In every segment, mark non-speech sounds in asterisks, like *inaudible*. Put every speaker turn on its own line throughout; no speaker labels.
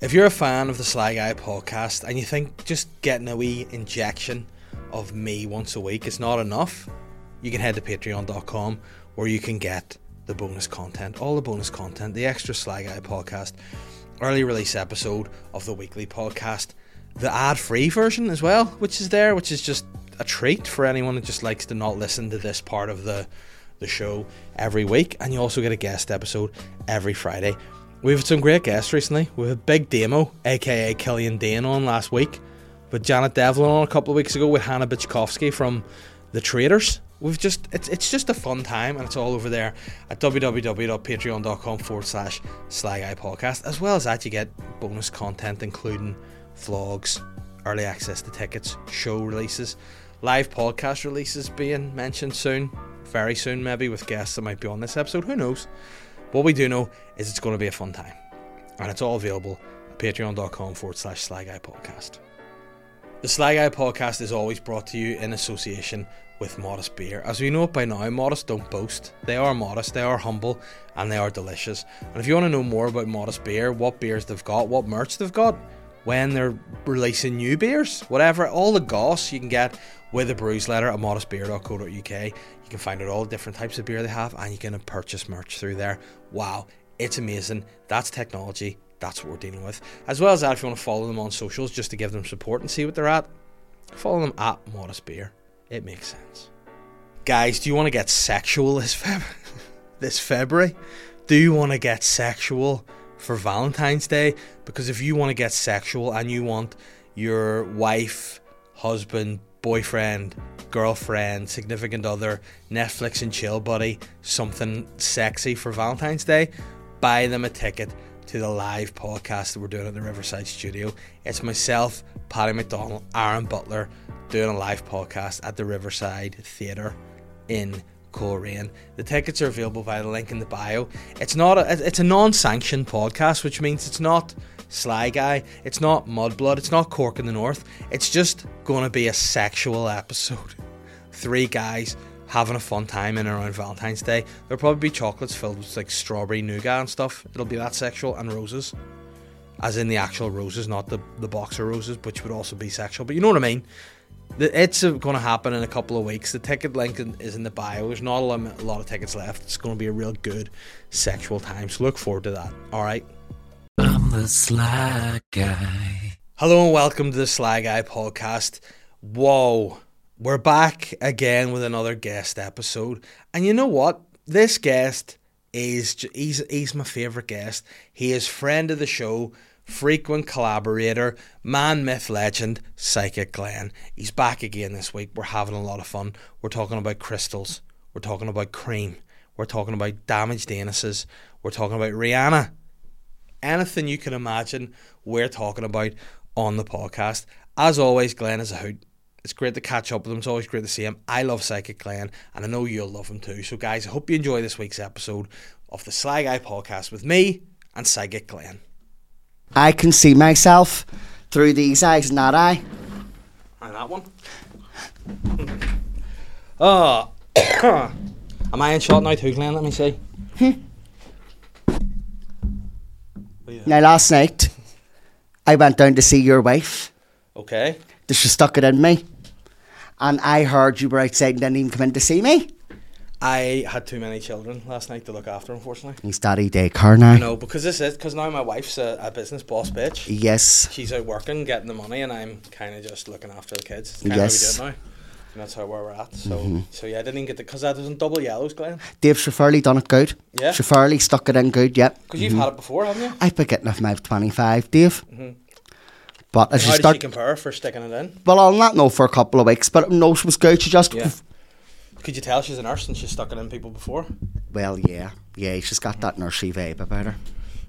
If you're a fan of the Sly Guy podcast and you think just getting a wee injection of me once a week is not enough, you can head to patreon.com where you can get the bonus content, all the bonus content, the extra Sly Guy podcast, early release episode of the weekly podcast, the ad free version as well, which is there, which is just a treat for anyone who just likes to not listen to this part of the the show every week. And you also get a guest episode every Friday. We've had some great guests recently. We had Big Demo, aka Killian Dane, on last week. With Janet Devlin on a couple of weeks ago with Hannah Bichkovsky from The Traders. We've just it's it's just a fun time and it's all over there at www.patreon.com forward slash Sly Guy Podcast. As well as that you get bonus content including vlogs, early access to tickets, show releases, live podcast releases being mentioned soon, very soon maybe with guests that might be on this episode. Who knows? What we do know is it's going to be a fun time, and it's all available at patreon.com forward slash Sly Guy Podcast. The Sly Guy Podcast is always brought to you in association with Modest Beer. As we know it by now, Modest don't boast. They are modest, they are humble, and they are delicious. And if you want to know more about Modest Beer, what beers they've got, what merch they've got, when they're releasing new beers, whatever, all the goss you can get with a brews letter at modestbeer.co.uk. You can find out all the different types of beer they have and you can purchase merch through there. Wow, it's amazing. That's technology. That's what we're dealing with. As well as that, if you want to follow them on socials just to give them support and see what they're at, follow them at Modest Beer. It makes sense. Guys, do you want to get sexual this Feb- *laughs* this February? Do you want to get sexual? for Valentine's Day because if you want to get sexual and you want your wife, husband, boyfriend, girlfriend, significant other, Netflix and chill buddy, something sexy for Valentine's Day, buy them a ticket to the live podcast that we're doing at the Riverside Studio. It's myself, Patty McDonald, Aaron Butler doing a live podcast at the Riverside Theatre in Coleraine. The tickets are available via the link in the bio. It's not a, it's a non-sanctioned podcast, which means it's not Sly Guy, it's not Mudblood, it's not Cork in the North. It's just going to be a sexual episode. *laughs* Three guys having a fun time in and around Valentine's Day. There'll probably be chocolates filled with like strawberry nougat and stuff. It'll be that sexual and roses. As in the actual roses, not the, the box of roses, which would also be sexual. But you know what I mean? It's going to happen in a couple of weeks. The ticket link is in the bio. There's not a lot of tickets left. It's going to be a real good sexual time. So look forward to that. All right.
I'm the Sly Guy.
Hello and welcome to the Sly Guy podcast. Whoa, we're back again with another guest episode. And you know what? This guest is he's he's my favorite guest. He is friend of the show frequent collaborator, man myth legend, Psychic Glenn. He's back again this week. We're having a lot of fun. We're talking about crystals. We're talking about cream. We're talking about damaged anuses. We're talking about Rihanna. Anything you can imagine, we're talking about on the podcast. As always, Glenn is a hoot. It's great to catch up with him. It's always great to see him. I love Psychic Glenn, and I know you'll love him too. So, guys, I hope you enjoy this week's episode of the Sly Guy podcast with me and Psychic Glenn.
I can see myself through these eyes, not I.
And that one. oh. *coughs* Am I in shot now too, Glenn? Let me see.
Now, last night, I went down to see your wife.
Okay.
That She stuck it in me. And I heard you were outside and didn't even come in to see me.
I had too many children last night to look after, unfortunately.
He's daddy daycare now.
No, because this is because now my wife's a, a business boss bitch.
Yes.
She's out working, getting the money, and I'm kind of just looking after the kids. It's kind
Yes.
of
Mm-hmm.
how we do it now. And that's how where we're at. So, so yeah, I didn't even get the because that was in double yellows, Glenn.
Dave Shafirley done it good.
Yeah.
Shafirley stuck it in good, yep.
Because you've had it before, haven't you?
I've been getting it from I was 25, Dave. But as
How
you
did she
start.
compare for sticking it in?
Well, I'll not know for a couple of weeks, but no, she was good. She just.
Yeah. Could you tell she's a nurse and she's stuck it in people before?
Well, yeah. Yeah, she's got that nursery vibe about her.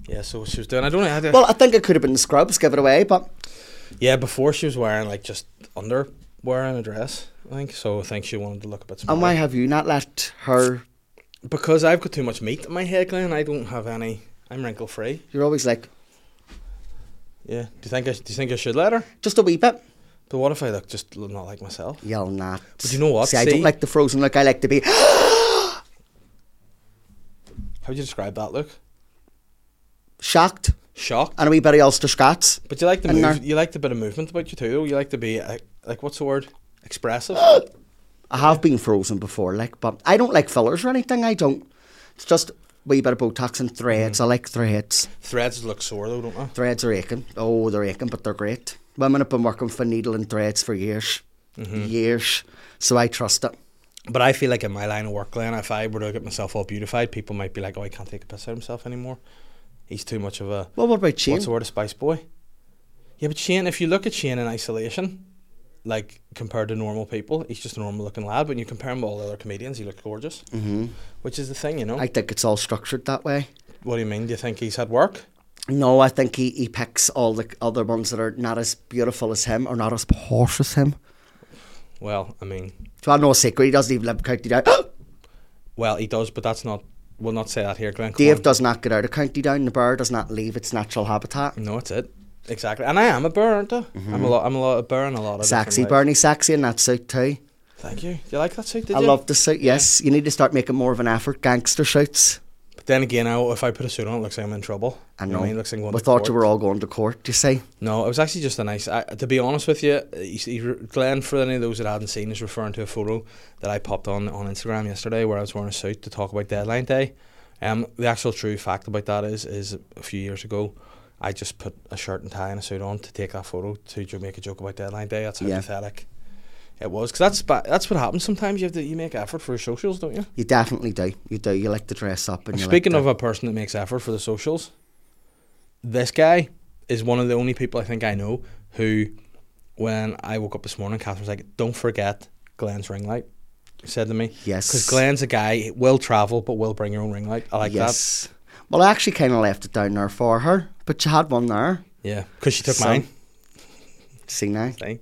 Yeah, so she was doing. I don't know. I had a-
Well, I think it could have been the scrubs, give it away, but
Yeah, before she was wearing like just underwear and a dress, I think. So I think she wanted to look a bit smaller.
And why have you not let her?
because I've got too much meat in my head, Glenn. I don't have any. I'm wrinkle free.
You're always like,
Yeah. Do you think I? Do you think I should let her?
just a wee bit.
But what if I look just l- not like myself?
You'll not.
But you know what,
See, I don't
see-
like the frozen look. I like to be.
How would you describe that look?
shocked.
shocked.
and a wee bit of Ulster Scots.
But you like the
And
move,
they're-
you like the bit of movement about you too. though. You like to be uh, like what's the word?
*gasps*
Expressive.
I have been frozen before, like, but I don't like fillers or anything. I don't. It's just a wee bit of Botox and
Mm.
threads. I like threads.
Threads look sore though, don't they?
Threads are aching. Oh, they're aching, but they're great. Women have been working for needle and threads for years,
Mm-hmm.
years. So I trust it.
But I feel like in my line of work, Glenn, if I were to get myself all beautified, people might be like, "Oh, I can't take a piss out of himself anymore. He's too much of a
Well, what about Shane?
what's the word, a Spice Boy." Yeah, but Shane, if you look at Shane in isolation, like compared to normal people, he's just a normal-looking lad. But when you compare him with all the other comedians, he looks gorgeous. Mm-hmm. Which is the thing, you know.
I think it's all structured that way.
what do you mean? Do you think he's had work?
No, I think he, he picks all the other ones that are not as beautiful as him or not as posh as him.
Well, I mean,
So I know a secret. He doesn't even live in
*gasps*
County Down. *gasps*
well, he does, but that's not. We'll not say that here, Glenn. come
Dave
on.
does not get out of County Down. The bear does not leave its natural habitat.
No, it's it. Exactly. And I am a burr, aren't I?
Mm-hmm.
I'm a lot. I'm a lot of burr and a lot of
Sexy
different ways.
Bernie, sexy in that suit too.
Thank you. Do you like that suit? Did
I
you?
love the suit. Yes, you need to start making more of an effort. Gangster suits.
But then again, I, if I put a suit on, it looks like I'm in trouble.
I
You
know.
what I mean? It looks like I'm going
we
to
thought you
court.
were all going to court. You see,
No, it was actually just a nice. I, to be honest with you, he, he, Glenn, for any of those that hadn't seen, is referring to a photo that I popped on on Instagram yesterday where I was wearing a suit to talk about deadline day. Um, the actual true fact about that is, is a few years ago, I just put a shirt and tie and a suit on to take that photo to jo- make a joke about deadline day. That's how
Yeah.
pathetic it was. Because that's ba- that's what happens sometimes. You have to you make effort for your socials, don't you?
you definitely do. You do. You like to dress up. And
And
you
speaking
like
of
to-
a person that makes effort for the socials, this guy is one of the only people I think I know who, when I woke up this morning, Catherine's like, "Don't forget Glenn's ring light." Said to me,
Yes.
because Glenn's a guy he will travel but will bring your own ring light." I like
yes. Well, I actually kind of left it down there for her, but she had one there.
that. Yeah, because she took
So-
mine.
See now,
Thing.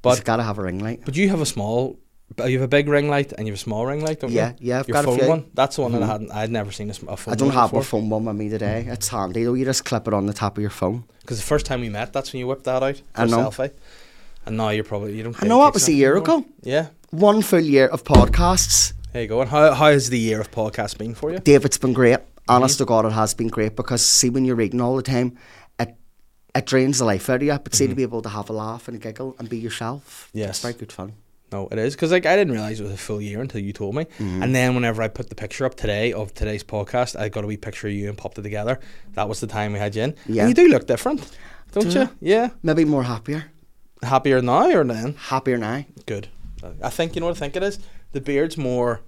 But-
but she's got to have a ring light.
But you have a small, but you have a big ring light and you have a small ring light, don't
Yeah,
you?
yeah, I've
Your
got a
phone
few. Mm-hmm.
one. That's the one that I hadn't. I'd never seen a, sm- a phone.
I don't have
before.
my phone one with me today. It's handy though. You just clip it on the top of your phone.
Because the first time we met, that's when you whipped that out. For
I
a
know.
selfie. And now you're probably you don't.
I
take
know that was
selfies
a year
anymore.
ago.
Yeah,
One full year of podcasts.
There you go. And how, how has the year of podcast been for you?
Dave, it's been great. Honest to God, it has been great because see, when you're reading all the time, it it drains the life out of you. But see, to be able to have a laugh and giggle and be yourself,
Mm-hmm. Yes.
it's very good fun.
No, it is because like I didn't realize it was a full year until you told me.
Mm-hmm.
And then whenever I put the picture up today of today's podcast, I got a wee picture of you and popped it together. That was the time we had you in.
Yeah.
And you do look different, don't
Do
you? Yeah.
Maybe more happier,
Happier now or then?
happier now.
Good. I think you know what I think it is. The beard's more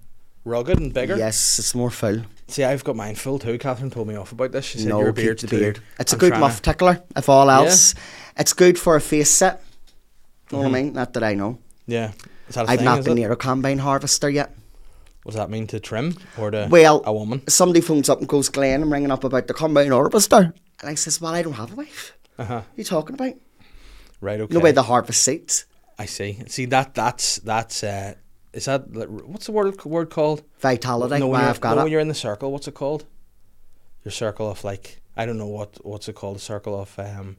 rugged and bigger.
Yes, it's more full.
See, I've got mine full too. Catherine told me off about this. She said
no,
your
keep
beard's
the
too-
beard. It's
I'm
a good
tryna-
muff tickler, if all
Yeah.
else. It's good for a face set. Know what I mean? Not that I know.
Yeah. Is that a Mm-hmm.
I've
thing,
not
is
been
it?
near a combine harvester yet.
What does that mean to trim or to
Well,
a woman?
somebody phones up and goes, Glenn, I'm ringing up about the combine harvester. And I says, Well, I don't have a wife.
Uh-huh.
What are you talking about?
Right. Okay.
No way the harvest seats.
I see. See that that's that's uh, is that like, what's the word word called?
Vitality.
no, when
why
you're-
I've got
no,
it.
when you're in the circle, what's it called? Your circle of like I don't know what what's it called? The circle of um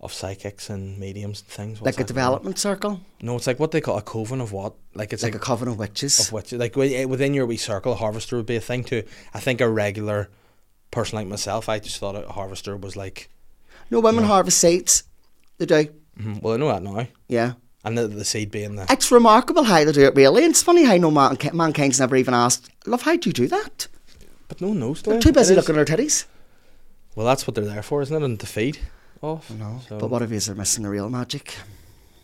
of psychics and mediums and things. What's
like a
that called?
development circle.
No, it's like what they call a coven of what? Like it's
Like
like,
a coven of witches.
of which like wi- eh, within your wee circle, a harvester would be a thing too. I think a regular person like myself, I just thought a harvester was like
no women harvest seeds. They do.
mhm, well I know that now.
Yeah.
And the, the seed being the
It's remarkable how they do it, really. And it's funny how no man, mankind's never even asked, Love, how do you do that?
but no one knows.
They're
Glenn.
too
It
busy
is-
looking at their titties.
Well, that's what they're there for, isn't it? And to feed off.
No.
So-
But what if they're missing the real magic?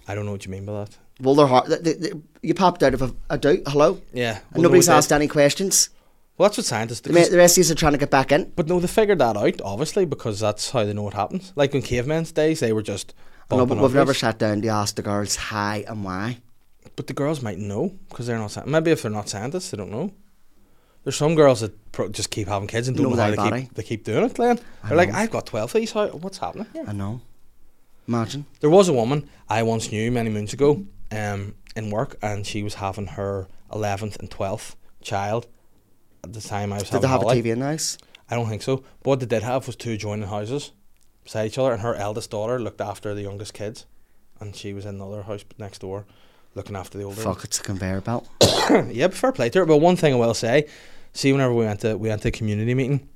I don't know what you mean by that.
Well, they're hard. They, they, they- you popped out of a, a doubt. Hello.
Yeah.
And nobody's asked
that.
any questions.
Well, that's what scientists do.
The, ma- the rest of yous are trying to get back in.
But no, they figured that out, obviously, because that's how they know what happens. Like in cavemen's days, they were just.
I know, but
bumping
we've never
uprights.
sat down to ask the girls how and why.
But the girls might know because they're not. sci- Maybe if they're not scientists, they don't know. There's some girls that pro- just keep having kids and don't
Know
know, how
their
they
body.
keep, they keep doing it, Glenn. They're like, I've got 12 of these. How, what's happening here?
I know. Imagine.
There was a woman I once knew many moons ago um, in work, and she was having her 11th and 12th child at the time I was
Did
having
they have a
Holly.
TV in the house?
I don't think so. But what they did have was two joining houses beside each other, and her eldest daughter looked after the youngest kids, and she was in the other house next door looking after the older. *clears throat*
Fuck, it's a conveyor belt. *coughs*
ones. yeah, but fair play to her. But one thing I will say, see, whenever we went to we went to a community meeting,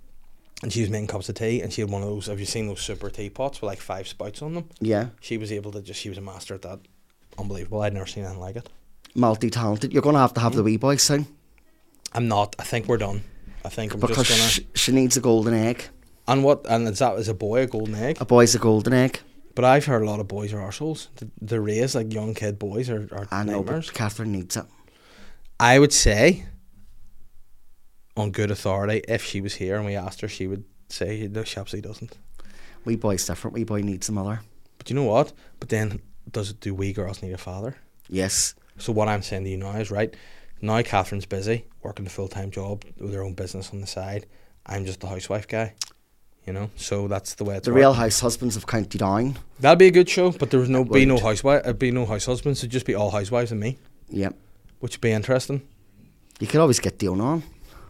and she was making cups of tea, and she had one of those. Have you seen those super teapots with like five spouts on them?
Yeah.
She was able to just. She was a master at that. Unbelievable. I'd never seen anything like it.
Multi talented. You're going to have to have the wee boy soon
I'm not. I think we're done. I think I'm
because
just
sh-
gonna.
she needs a golden egg.
And what? And is that is a boy a golden egg?
A boy's a golden egg.
But I've heard a lot of boys are arseholes. The, the raised like young kid boys are, are
I know,
nightmares.
but Catherine needs it.
I would say, on good authority, if she was here and we asked her, she would say, no, she absolutely doesn't.
Wee boy's different. Wee boy needs a mother.
But you know what? But then, does do we girls need a father?
Yes.
So what I'm saying to you now is right. Now Catherine's busy working a full time job with her own business on the side. I'm just the housewife guy, you know. So that's the way it's
The
worked.
Real House Husbands of County Down.
That'd be a good show, but there was no be no
would.
housewife, uh, be no house husbands. It'd just be all housewives and me,
Yep.
which would be interesting.
You could always get Dion on.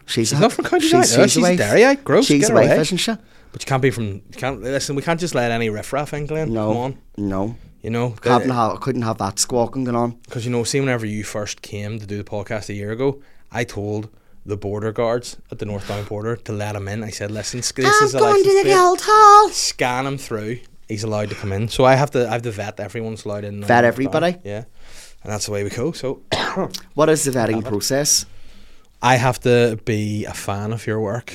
She's,
She's not from County Down. No, she's a Derryite. Gross.
She's
Get
a
her
wife,
away.
isn't she?
But you can't be from. You can't listen. We can't just let any riffraff in, Glenn.
No.
Come on,
No.
you know.
Haven't ha- couldn't have that squawking going on.
Because you know, see, whenever you first came to do the podcast a year ago, I told the border guards at the North Down border to let him in. I said, "Listen, this is a license plate.
hall.
Scan him through. He's allowed to come in." So I have to. I have to vet everyone's allowed in. now
Vet
in North
everybody?
Down. Yeah, and that's the way we go. So *coughs*
What is the vetting process?
I have to be a fan of your work,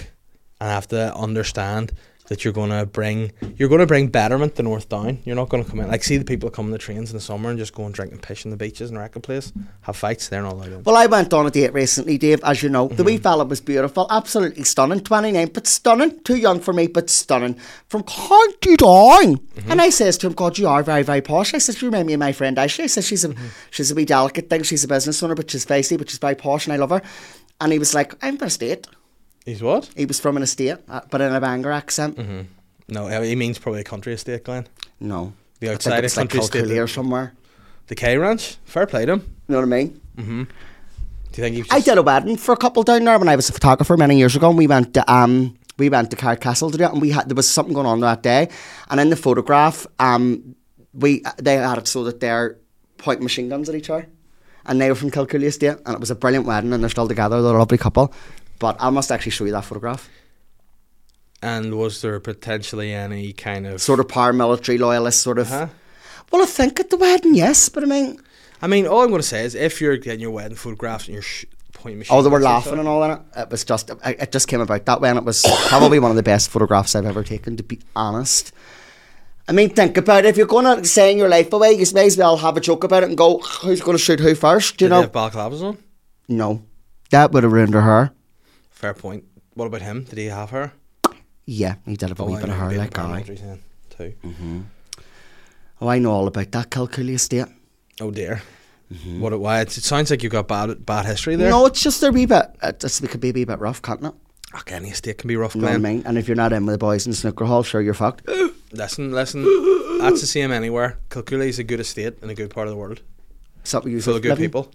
and I have to understand that you're gonna bring you're gonna bring betterment to North Down. You're not gonna come in like see the people that come on the trains in the summer and just go and drink and piss in the beaches and wreck a place, have fights. They're not allowed in.
Well, I went on a date recently, Dave, as you know. The wee
Mm-hmm.
fella was beautiful, absolutely stunning. 29, but stunning. Too young for me, but stunning. From County Down.
Mm-hmm.
And I says to him, God, you are very, very posh. I says, You remind me of my friend Ashley. I says, She's a,
Mm-hmm.
she's a wee delicate thing. She's a business owner, but she's feisty, but she's very posh, and I love her. And he was like, I'm from an estate.
He's what?
He was from an estate, uh, but in a banger accent.
No, uh, he means probably a country estate, Glenn.
No.
The
I
outside of
think it was like
country estate.
Kilkeel or somewhere.
The K Ranch. Fair play to him.
You know what I mean?
Do you think he's
I
just,
did a wedding for a couple down there when I was a photographer many years ago, and we went to um we went to Cardcastle to do it, and we had there was something going on that day, and in the photograph um we they had it so that they're pointing machine guns at each other, and they were from Kilcooley Estate, and it was a brilliant wedding, and they're still together, they're a lovely couple, but I must actually show you that photograph.
and was there potentially any kind of?
Sort of paramilitary loyalist, sort of.
Uh-huh.
Well, I think at the wedding, yes, but I mean,
I mean, all I'm gonna say is if you're getting your wedding photographs and you're sh- pointing machine.
oh, they were
guns at each
laughing
other-
and all in it. It was just, I- it just came about that way, and it was probably one of the best photographs I've ever taken, to be honest. I mean, think about it. If you're going to say in your life away, you may as well have a joke about it and go, who's going to shoot who first, you
Did they
know?
have balaclavas on?
No. That would have ruined her hair.
Fair point. What about him? Did he have her?
Yeah, he did have a wee
Oh, I
bit of
know,
hair
bit
like I.
paramilitaries then, too.
Oh, I know all about that Kilcooley estate.
Oh dear. What? a- Why? It's, it sounds like you've got bad bad history there.
No, it's just a wee bit, it's, it could be a wee bit rough, can't it?
Fuck, any estate can be rough,
You know what I
Glenn.
mean? And if you're not in with the boys in the snooker hall, sure, you're fucked.
listen,
*laughs*
listen. That's the same anywhere. Kilcooley is a good estate and a good part of the world.
So you
Full of good people.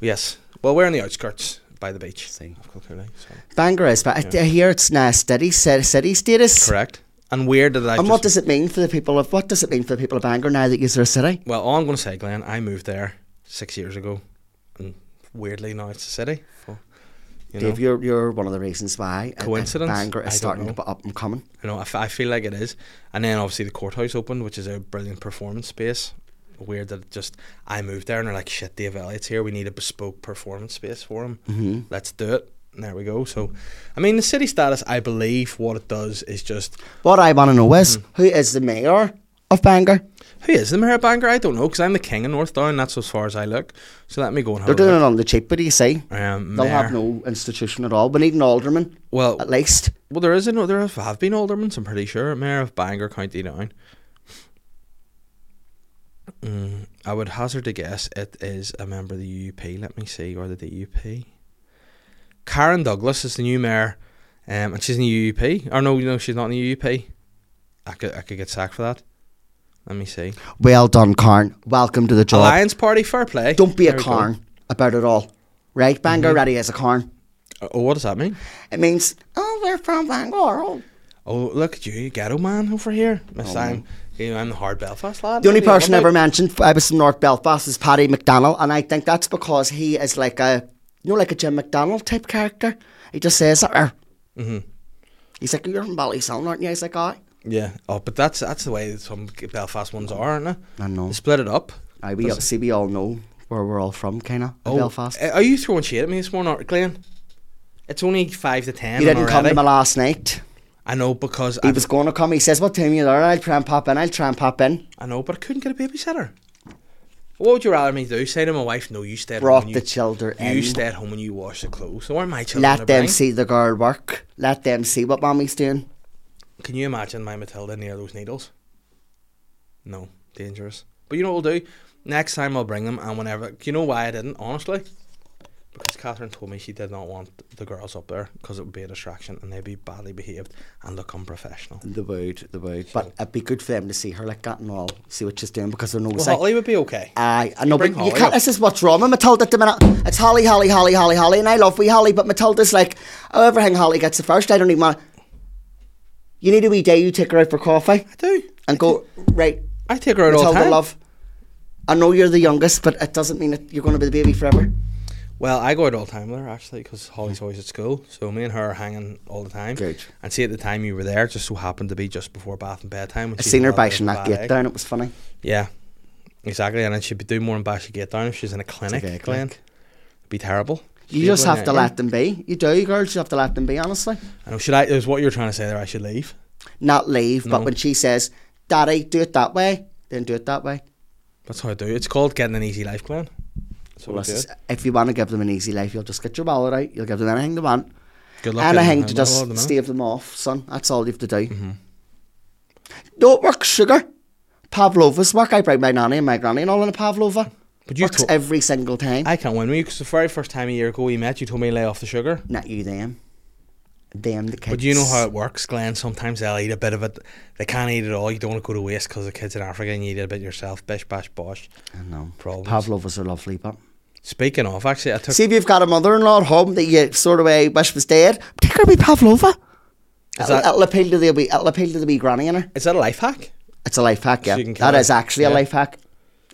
Yes. Well, we're on the outskirts by the beach
See.
of Kilcooley. So.
Bangor is, but I, I hear it's now steady, se- city status.
Correct. And where did I?
And
just,
what does it mean for the people of what does it mean for the people of Bangor now that you're a city?
well, all I'm going to say, Glenn, I moved there six years ago, and weirdly now it's a city. So, you know,
Dave, you're you're one of the reasons why I- I-
Coincidence?
Bangor
I
is
don't
starting
know.
to be up and coming.
you know, I, f- I feel like it is. And then obviously the courthouse opened, which is a brilliant performance space. Weird that it just I moved there and they're like, shit, Dave Elliott's here. We need a bespoke performance space for him. Mm-hmm. Let's do it. And there we go. So, I mean, the city status, I believe, what it does is just
What I want to know
Hmm.
is who is the mayor of Bangor?
who is the mayor of Bangor? I don't know because I'm the king of North Down. That's as far as I look. So let me go and
They're
have
doing
a
it
look.
on the cheap, but do you see?
Um,
They'll have
mayor.
no institution at all. We need an alderman,
Well,
at least.
well, there is another. There have been aldermen. I'm pretty sure mayor of Bangor County Down. Mm, I would hazard a guess it is a member of the UUP. Let me see, or the DUP. Karen Douglas is the new mayor, um, and she's in the UUP. Or no, no, she's not in the UUP. I could, I could get sacked for that. Let me see.
Well done, Carn. Welcome to the job.
Alliance Party, fair play.
Don't be
There
a
we go. Mm-hmm.
Carn about it all, right? Bangor ready is a Carn.
Oh, what does that mean?
It means oh, we're from Bangor. Oh,
Oh, look at you, you ghetto man over here. Miss I'm, you know, I'm the hard Belfast lad.
The only
What do you
person
want
ever
about?
mentioned I was from North Belfast is Paddy McDonnell, and I think that's because he is
Mm-hmm.
like a you know like a Jim McDonnell type character. He just says "Arr." He's like, you're from Ballysellan, aren't you? He's like, aye.
Yeah. Oh, but that's that's the way some Belfast ones
Oh.
are, aren't they?
I know.
They split it up.
Aye, we all, see, we all know where we're all from, kind of, Belfast.
uh, Are you throwing shade at me this morning, Glenn? It's only five to ten.
He didn't come to
already.
me last night.
I know because
He
I,
was going to come. He says, what time you there? I'll try and pop in. I'll try and pop in.
I know, but I couldn't get a babysitter. What would you rather me do? Say to my wife, "No, you stay at
Brought
home. and
the
you,
children
you
in.
stay at home and you wash the clothes." So are my children? to
Let them
bring?
see the girl work. Let them see what mommy's doing.
Can you imagine my Matilda near those needles? No, dangerous. But you know what we'll do? Next time I'll bring them, and whenever. Do you know why I didn't, honestly? Because Catherine told me she did not want the girls up there because it would be a distraction and they'd be badly behaved and look unprofessional.
The word, the word. But it'd be good for them to see her like that and all, see what she's doing because they're no
Well,
like,
Holly would be okay.
Aye, I know,
Bring
but you
Holly
can't.
up.
This is what's wrong with Matilda at the minute. It's Holly, Holly, Holly, Holly, Holly, and I love wee Holly, but Matilda's like, oh, everything Holly gets the first. I don't even want. You need a wee day. You take her out for coffee
I do.
and go right.
I take her out all the
Matilda,
time.
love. I know you're the youngest, but it doesn't mean that you're going to be the baby forever.
Well, I go out all the time with her actually because Holly's always at school, so me and her are hanging all the time.
Good.
And see, at the time you were there, just so happened to be just before bath and bedtime.
I seen her bashing that gate down. It was funny.
Yeah, exactly. And then she'd be doing more in Bash Gate down if she's in a clinic.
Okay,
Glenn.
clinic.
It'd be terrible.
You
She'd
just
go in
have to
there,
let them be. You do, girls. You have to let them be. Honestly,
yeah. I know. Should I? Is what you're trying to say there? I should leave.
not leave.
No.
But when she says, "Daddy, do it that way," then do it that way.
That's how I do. it. It's called getting an easy life, Glenn. That's what
Well,
I do.
this is- if you want to give them an easy life, you'll just get your wallet out. You'll give them anything they want,
Good luck. getting a
anything to
handle at the
just
minute.
stave them off, son. That's all you have to do.
Mm-hmm.
Don't work sugar. Pavlova's work. I bring my nanny and my granny and all in a Pavlova.
But you
Works
told-
every single time.
I can't win with you because the very first time a year ago we met, you told me to lay off the sugar.
Not you, them. Them, the kids.
But you know how it works, Glenn. Sometimes they'll eat a bit of it. They can't eat it all. You don't want to go to waste because the kids in Africa and you eat a bit yourself. Bish, bash, bosh.
I know.
Problems.
Pavlovas are lovely, but.
Speaking of, actually, I took.
See if you've got a mother in law at home that you sort of way wish was dead, take her to be Pavlova. It'll,
that-
it'll appeal to the wee, it'll appeal to the wee granny in her.
is that a life hack?
It's a life hack, yeah.
you can
that
kinda-
is actually a
yeah.
life hack.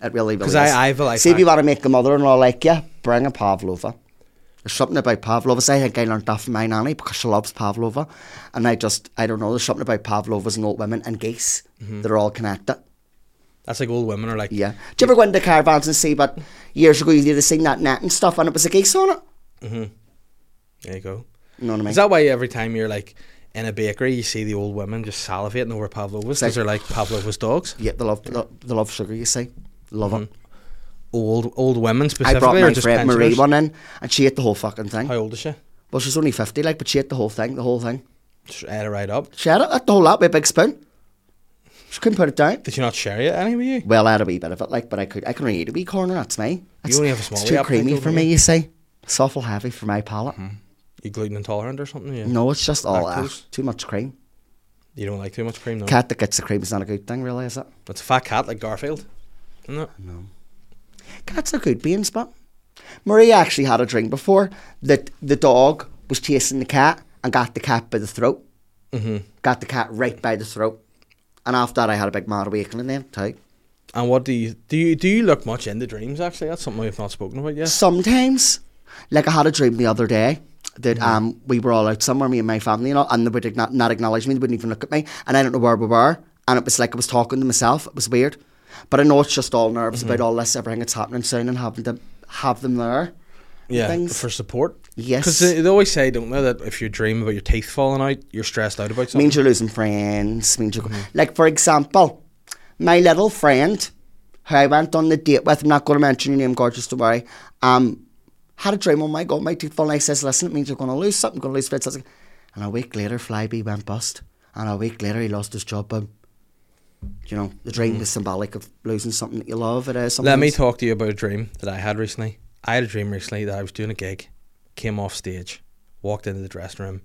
It really, really
'Cause
is.
I- I have a life
See if you
hack.
want to make the mother-in-law like you, bring a pavlova. There's something about pavlovas. I think I learned that from my nanny because she loves pavlova, and I just I don't know. There's something about pavlovas and old women and geese.
Mm-hmm.
They're all connected.
That's like old women are like.
Yeah. Do you ever go into caravans and see? But years ago, you'd have seen that net and stuff, and it was a geese on it.
There you go.
You know what I mean?
Is that why every time you're like in a bakery, you see the old women just salivating over pavlovas
like-
because they're like pavlovas dogs?
yeah, they love they love sugar. You see, love it.
Mm-hmm. Old old women
I
specifically.
brought
or
my
just
friend Marie
pensioners?
one in, and she ate the whole fucking thing.
How old is she?
Well, she's only fifty, like, but she ate the whole thing. The whole thing.
Just ate it right up.
She had it at the whole lot with a big spoon. She couldn't put it down.
Did you not share it any with you?
Well, I had a wee bit of it, like, but I could. I can only eat a wee corner. That's me. That's,
only have a small
It's
wee
too
appetite,
creamy
don't
for
you?
me. You see, it's awful heavy for my palate.
You gluten intolerant or something? Yeah.
No, it's just all ah,
Lactose?
too much cream.
You don't like too much cream, no?
Cat that gets the cream is not a good thing, really, is it?
It's a fat cat like Garfield. Isn't it?
Cats are good beings, but Marie actually had a drink before that the dog was chasing the cat and got the cat by the throat. Mm-hmm. Got the cat right by the throat, and after that, I had a big mad awakening. Then, too.
And what do you do? You do you look much into dreams? Actually, that's something we've not spoken about yet.
Sometimes, like I had a dream the other day that um we were all out somewhere, me and my family, you know, and they would igno- not acknowledge me. They wouldn't even look at me, and I don't know where we were. And it was like I was talking to myself. It was weird, but I know it's just all nerves about all this, everything that's happening soon, and having to have them there.
Yeah,
things.
for support.
Yes.
because they, they always say, don't they, that if you dream about your teeth falling out, you're stressed out about something.
means you're losing friends. Means you're
Mm-hmm.
like, for example, my little friend who I went on the date with. I'm not going to mention your name, gorgeous. Don't worry. Um, had a dream. Oh my god, my teeth falling. I says, listen, it means you're going to lose something. Going to lose friends. I was like- And a week later, Flyby went bust. And a week later, he lost his job. Boom. You know, the dream is symbolic of losing something that you love. It is something.
Mm-hmm. Let me
that's-
talk to you about a dream that I had recently. I had a dream recently that I was doing a gig, came off stage, walked into the dressing room.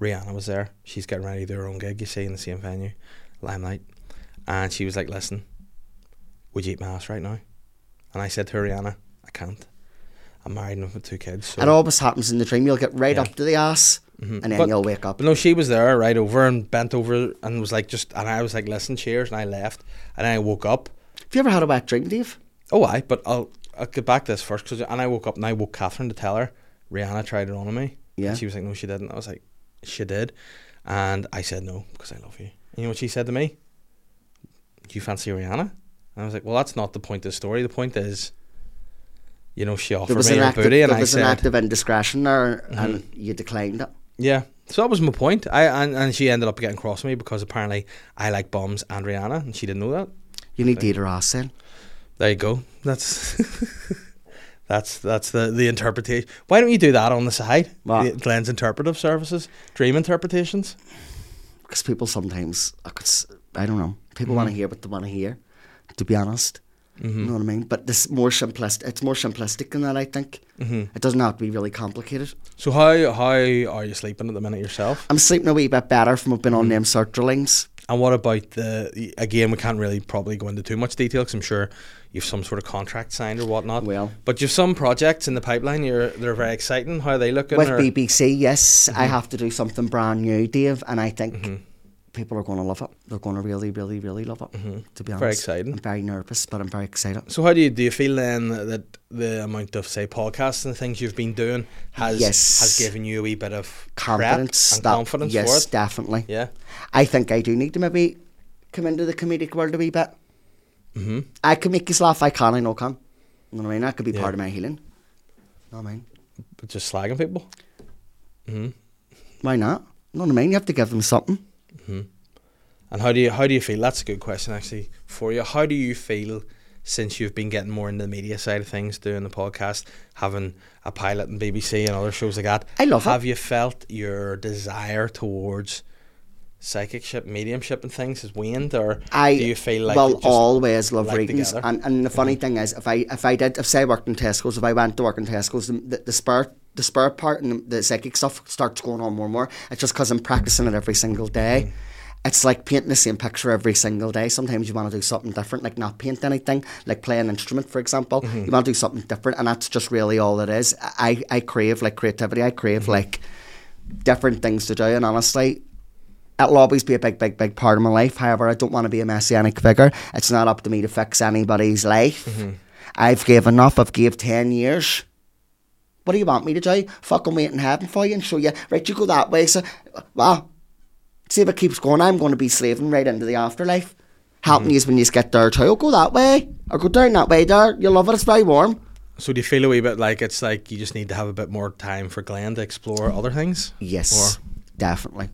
Rihanna was there. She's getting ready to do her own gig, you see, in the same venue, Limelight. And she was like, Listen, would you eat my ass right now? And I said to her, Rihanna, I can't. I'm married and with two kids. So.
It always happens in the dream. You'll get right
Yeah. Mm-hmm.
up to the ass, and then
But-
you'll wake up.
But no, she was there, right over and bent over and was like, just, and I was like, listen, cheers. And I left. And I woke up.
Have you ever had a wet dream, Dave?
Oh, I. But I'll I'll get back to this first 'cause- and I woke up and I woke Catherine to tell her Rihanna tried it on me.
Yeah.
And she was like, no, she didn't. I was like, she did. And I said no because I love you. And you know what she said to me? Do you fancy Rihanna? And I was like, well, that's not the point of the story. The point is, you know, she
There
offered
was
me
an
her
act. Of,
booty,
there
and I
was an
said, Mm-hmm.
act of indiscretion there, and you declined it.
yeah. So that was my point. I and, and she ended up getting cross with me because apparently I like bombs and Rihanna, and she didn't know that.
You need to eat her ass in.
There you go. That's *laughs* that's that's the the interpretation. Why don't you do that on the side?
What?
Glenn's interpretive services, dream interpretations.
because people sometimes I could s- I don't know people
Mm-hmm.
want to hear what they want to hear. To be honest, you know what I mean. But this more simplistic. It's more simplistic than that. I think
Mm-hmm.
it doesn't have to be really complicated.
So how how are you sleeping at the minute yourself?
I'm sleeping a wee bit better from I've been
Mm-hmm.
on them sertraline.
And what about the again? We can't really probably go into too much detail because I'm sure you've some sort of contract signed or whatnot.
Well.
but you've some projects in the pipeline. You're they're very exciting. How are they looking?
With
or-
BBC, yes, I
Mm-hmm.
have to do something brand new, Dave, and I think people are going to love it. They're going to really, really, really love it. To be honest,
Mm-hmm. exciting.
I'm very nervous, but I'm very excited.
So how do you do you feel then that the amount of say podcasts and things you've been doing has
Yes.
has given you a wee bit of prep
Confidence,
and
that-
confidence
yes,
for it?
definitely.
Yeah.
I think I do need to maybe come into the comedic world a wee bit. Mm-hmm. I can make you laugh. I can. I know can. You know what I mean? That could be
Yeah.
part of my healing. know what I mean?
But just slagging people.
Why not? You know what I mean? You have to give them something.
And how do you how do you feel? That's a good question actually for you. How do you feel since you've been getting more into the media side of things, doing the podcast, having a pilot in BBC and other shows like that?
I love it.
Have you felt your desire towards psychicship, mediumship, and things has waned, or
I
do you feel like
will
you've just-
always love
like Mm-hmm.
readings.
together.
And, and the funny thing is, if I if I did if say I worked in Tesco's, if I went to work in Tesco's, the, the, the spur the spur part and the, the psychic stuff starts going on more and more. It's just because I'm practicing it every single day.
Mm-hmm.
It's like painting the same picture every single day. Sometimes you want to do something different, like not paint anything, like play an instrument, for example.
Mm-hmm.
You want to do something different, and that's just really all it is. I, I crave like creativity. I
Mm-hmm.
crave like different things to do. And honestly, it'll always be a big, big, big part of my life. However, I don't want to be a messianic figure. It's not up to me to fix anybody's life. I've given up. I've gave 10 years. What do you want me to do? Fucking wait in heaven for you and show you. Right, you go that way. So, well, see if it keeps going. I'm going to be slaving right into the afterlife. Helping you when you get there too. Oh, go that way. Or go down that way there. You'll love it. It's very warm.
So do you feel a wee bit like it's like you just need to have a bit more time for Glenn to explore other things?
Yes, definitely.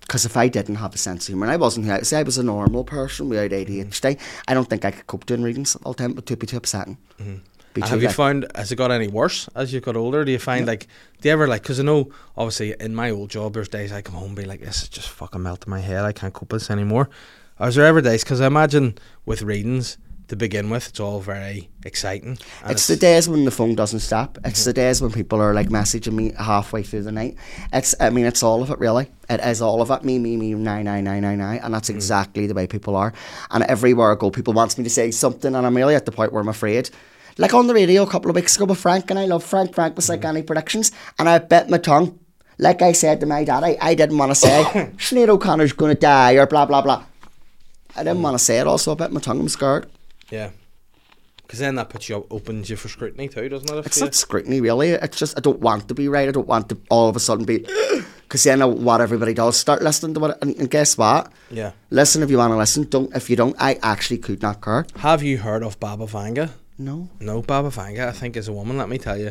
Because if I didn't have a sense of humour, and I wasn't, who I- say I was a normal person without ADHD,
Mm-hmm.
I don't think I could cope doing readings all the time. But it'd be too upsetting. Be
And
too
have you
bad.
found has it got any worse as you got older? Do you find like do you ever like because I know obviously in my old job there's days I come home and be like this is just fucking melting my head I can't cope with this anymore. Or is there ever days because I imagine with readings to begin with it's all very exciting. and
It's the days when the phone doesn't stop. It's the days when people are like messaging me halfway through the night. It's I mean it's all of it really. It is all of it. Me me me nine nine nine nine nine, and that's exactly the way people are. And everywhere I go, people wants me to say something, and I'm really at the point where I'm afraid. Like on the radio a couple of weeks ago with Frank, and I love Frank. Frank was like any predictions, and I bit my tongue. Like I said to my dad, I, I didn't want to say Sinead O'Connor's going to die or blah blah blah. I didn't want to say it. Also, I bit my tongue. I'm scared.
yeah. Because then that puts you up, opens you for scrutiny too, doesn't it? if
It's
you-
not scrutiny, really. It's just I don't want to be right. I don't want to all of a sudden be. *gasps* Because then uh, what everybody does, start listening to what. And, and guess what?
Yeah.
Listen if you want to listen. Don't if you don't. I actually could not care.
Have you heard of Baba Vanga?
No.
No, Baba Vanga, I think, is a woman, let me tell you.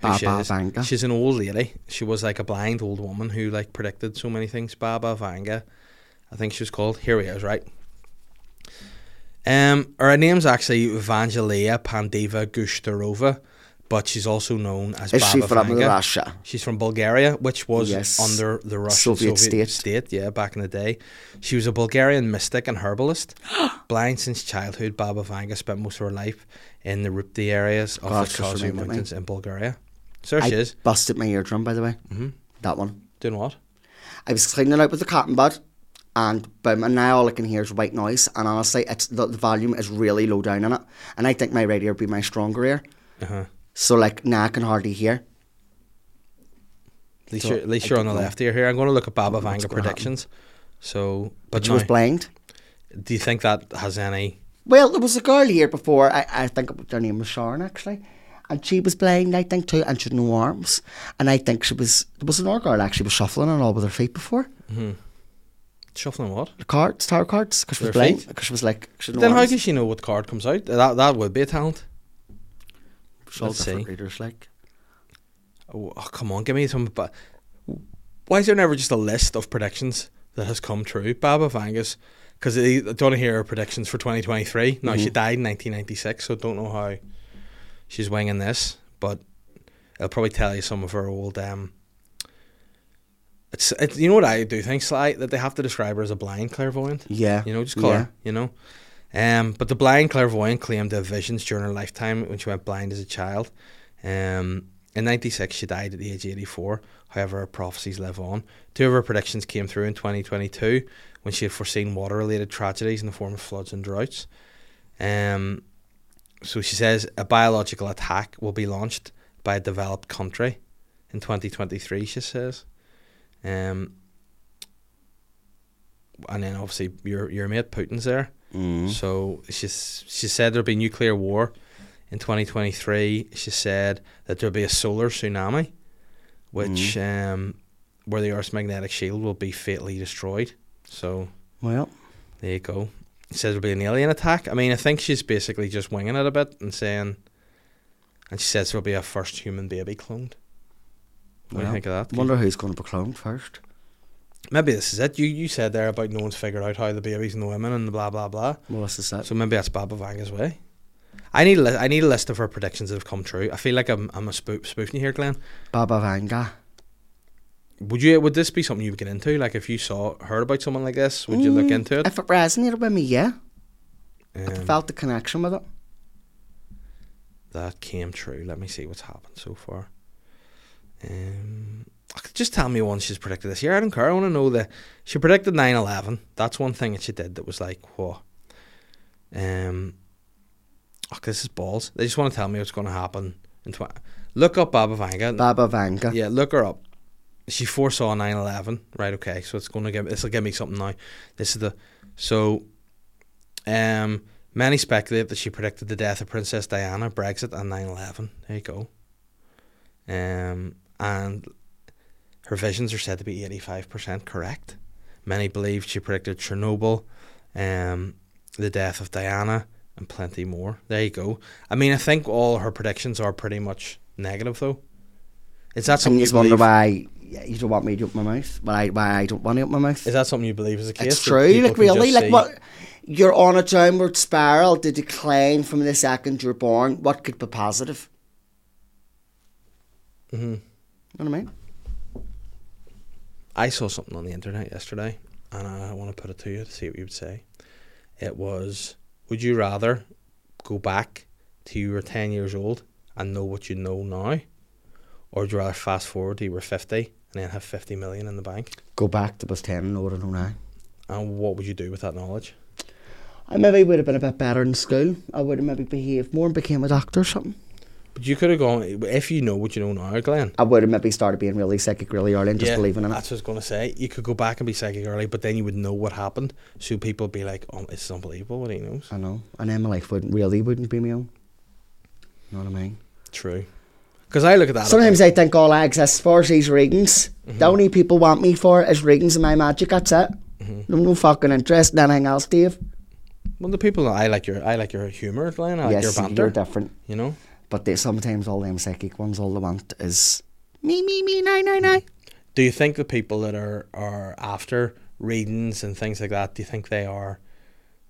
who
Baba
she is.
Vanga.
She's an old lady. She was like a blind old woman who like predicted so many things. Baba Vanga, I think she was called. Here we is, right? Um, her name's actually Vangelia Pandeva Gushtarova, but she's also known as
Is
Baba
she from
Vanga.
Russia?
She's from Bulgaria, which was
Yes.
under the Russian Soviet,
Soviet
state.
state.
yeah, back in the day. She was a Bulgarian mystic and herbalist. Blind since childhood, Baba Vanga spent most of her life in the Rupti areas of
God,
the
just
Kazu
reminded me.
Mountains in Bulgaria. So there
I
she is.
busted my eardrum, by the way. Mm-hmm. That one.
Doing what?
I was cleaning out with the cotton bud, and boom, and now all I can hear is white noise. And honestly, it's the, the volume is really low down in it. And I think my radio would be my stronger ear.
Uh-huh.
So like now I can hardly hear.
At least,
So,
you're, at least
I
you're on the
don't know.
left ear here. I'm going to look at Baba
know what's
Vanga
gonna happen.
predictions. So, but
She was
now,
blind.
do you think that has any?
Well, there was a girl here before. I, I think their name was Sharon actually, And she was blind, I think, too, and she had no arms. And I think she was, there was another girl actually was shuffling and all with her feet before.
Shuffling what?
The cards, tarot cards, because she was
With her
blind.
feet?
Because she was like, she had no
then how
arms.
does she know what card comes out? That that would be a talent.
She's all
Let's
different
see.
readers, like.
Oh, oh, come on, give me some. But why is there never just a list of predictions that has come true? Baba Vangas, because I don't want to hear her predictions for 2023. Now she died in 1996, so don't know how she's winging this, but I'll probably tell you some of her old. Um, it's, it's you know what I do think, Sly, that they have to describe her as a blind clairvoyant.
Yeah.
You know, just call
yeah.
her, you know. Um, but the blind clairvoyant claimed to have visions during her lifetime when she went blind as a child. Um, in 96, she died at the age of 84. However, her prophecies live on. Two of her predictions came through in 2022 when she had foreseen water related tragedies in the form of floods and droughts. Um, so she says a biological attack will be launched by a developed country in 2023, she says. Um, and then obviously your your mate Putin's there.
Mm.
So she's she said there'll be nuclear war in 2023. She said that there'll be a solar tsunami, which um, where the Earth's magnetic shield will be fatally destroyed. So
Well,
there you go. She says there'll be an alien attack. I mean, I think she's basically just winging it a bit and saying, and she says there'll be a first human baby cloned. What do
Well,
you think of that?
wonder who's going to be cloned first.
Maybe this is it. You you said there about no one's figured out how the babies and the women and the blah blah blah.
Well, this is that.
Uh, So maybe that's Baba Vanga's way. I need a li- I need a list of her predictions that have come true. I feel like I'm I'm a spook spoofing you here, Glenn.
Baba Vanga.
Would you would this be something you would get into? Like if you saw heard about someone like this, would you look into it?
If it resonated with me, yeah. If Mm, I
Um,
felt the connection with it.
that came true. Let me see what's happened so far. Um, just tell me one she's predicted this year. I don't care. I want to know the. She predicted 9 11. That's one thing that she did that was like, whoa. Um, oh, this is balls. They just want to tell me what's going to happen. In tw- look up Baba Vanga.
Baba Vanga.
Yeah, look her up. She foresaw 9/11. Right. Okay. So it's going to give this will give me something now. This is the so. Um, many speculate that she predicted the death of Princess Diana, Brexit, and 9/11. There you go. Um, and her visions are said to be 85% correct. Many believe she predicted Chernobyl, um, the death of Diana, and plenty more. There you go. I mean, I think all her predictions are pretty much negative, though. Is that
And
something
you
you
just wonder
believe?
why you don't want me to open my mouth. Why, why I don't want to open my mouth.
Is that something you believe is a case?
it's
that
true.
people
Like,
can
really?
just
Like,
see-
what? You're on a downward spiral to decline from the second you're born. What could be positive? Mm-hmm. You know what I mean?
I saw something on the internet yesterday, and I want to put it to you to see what you would say. It was, would you rather go back to you were 10 years old and know what you know now, or would you rather fast forward to you were 50 and then have 50 million in the bank?
Go back to bus 10 and know what I know now.
And what would you do with that knowledge?
I maybe would have been a bit better in school. I would have maybe behaved more and became a doctor or something.
But you could have gone, if you know what you know now, Glenn.
I would have maybe started being really psychic really early and just believing in it.
That's what I was going to say. You could go back and be psychic early, but then you would know what happened. So people would be like, oh, it's unbelievable what he knows.
I know. And then my life wouldn't really wouldn't be my own. You know what I mean?
True. Because I Mm-hmm. look at that.
Sometimes I think all I exist for is these readings. The only people want me for is readings and my magic. That's it.
Mm-hmm.
No, no fucking interest in anything else, Dave.
Well, the people I like your I like your humor, Glenn. I like
yes,
Uh, your banter.
you're different.
you know,
But they, sometimes all them psychic ones, all they want is me, me, me, no, no, no.
do you think the people that are are after readings and things like that? Do you think they are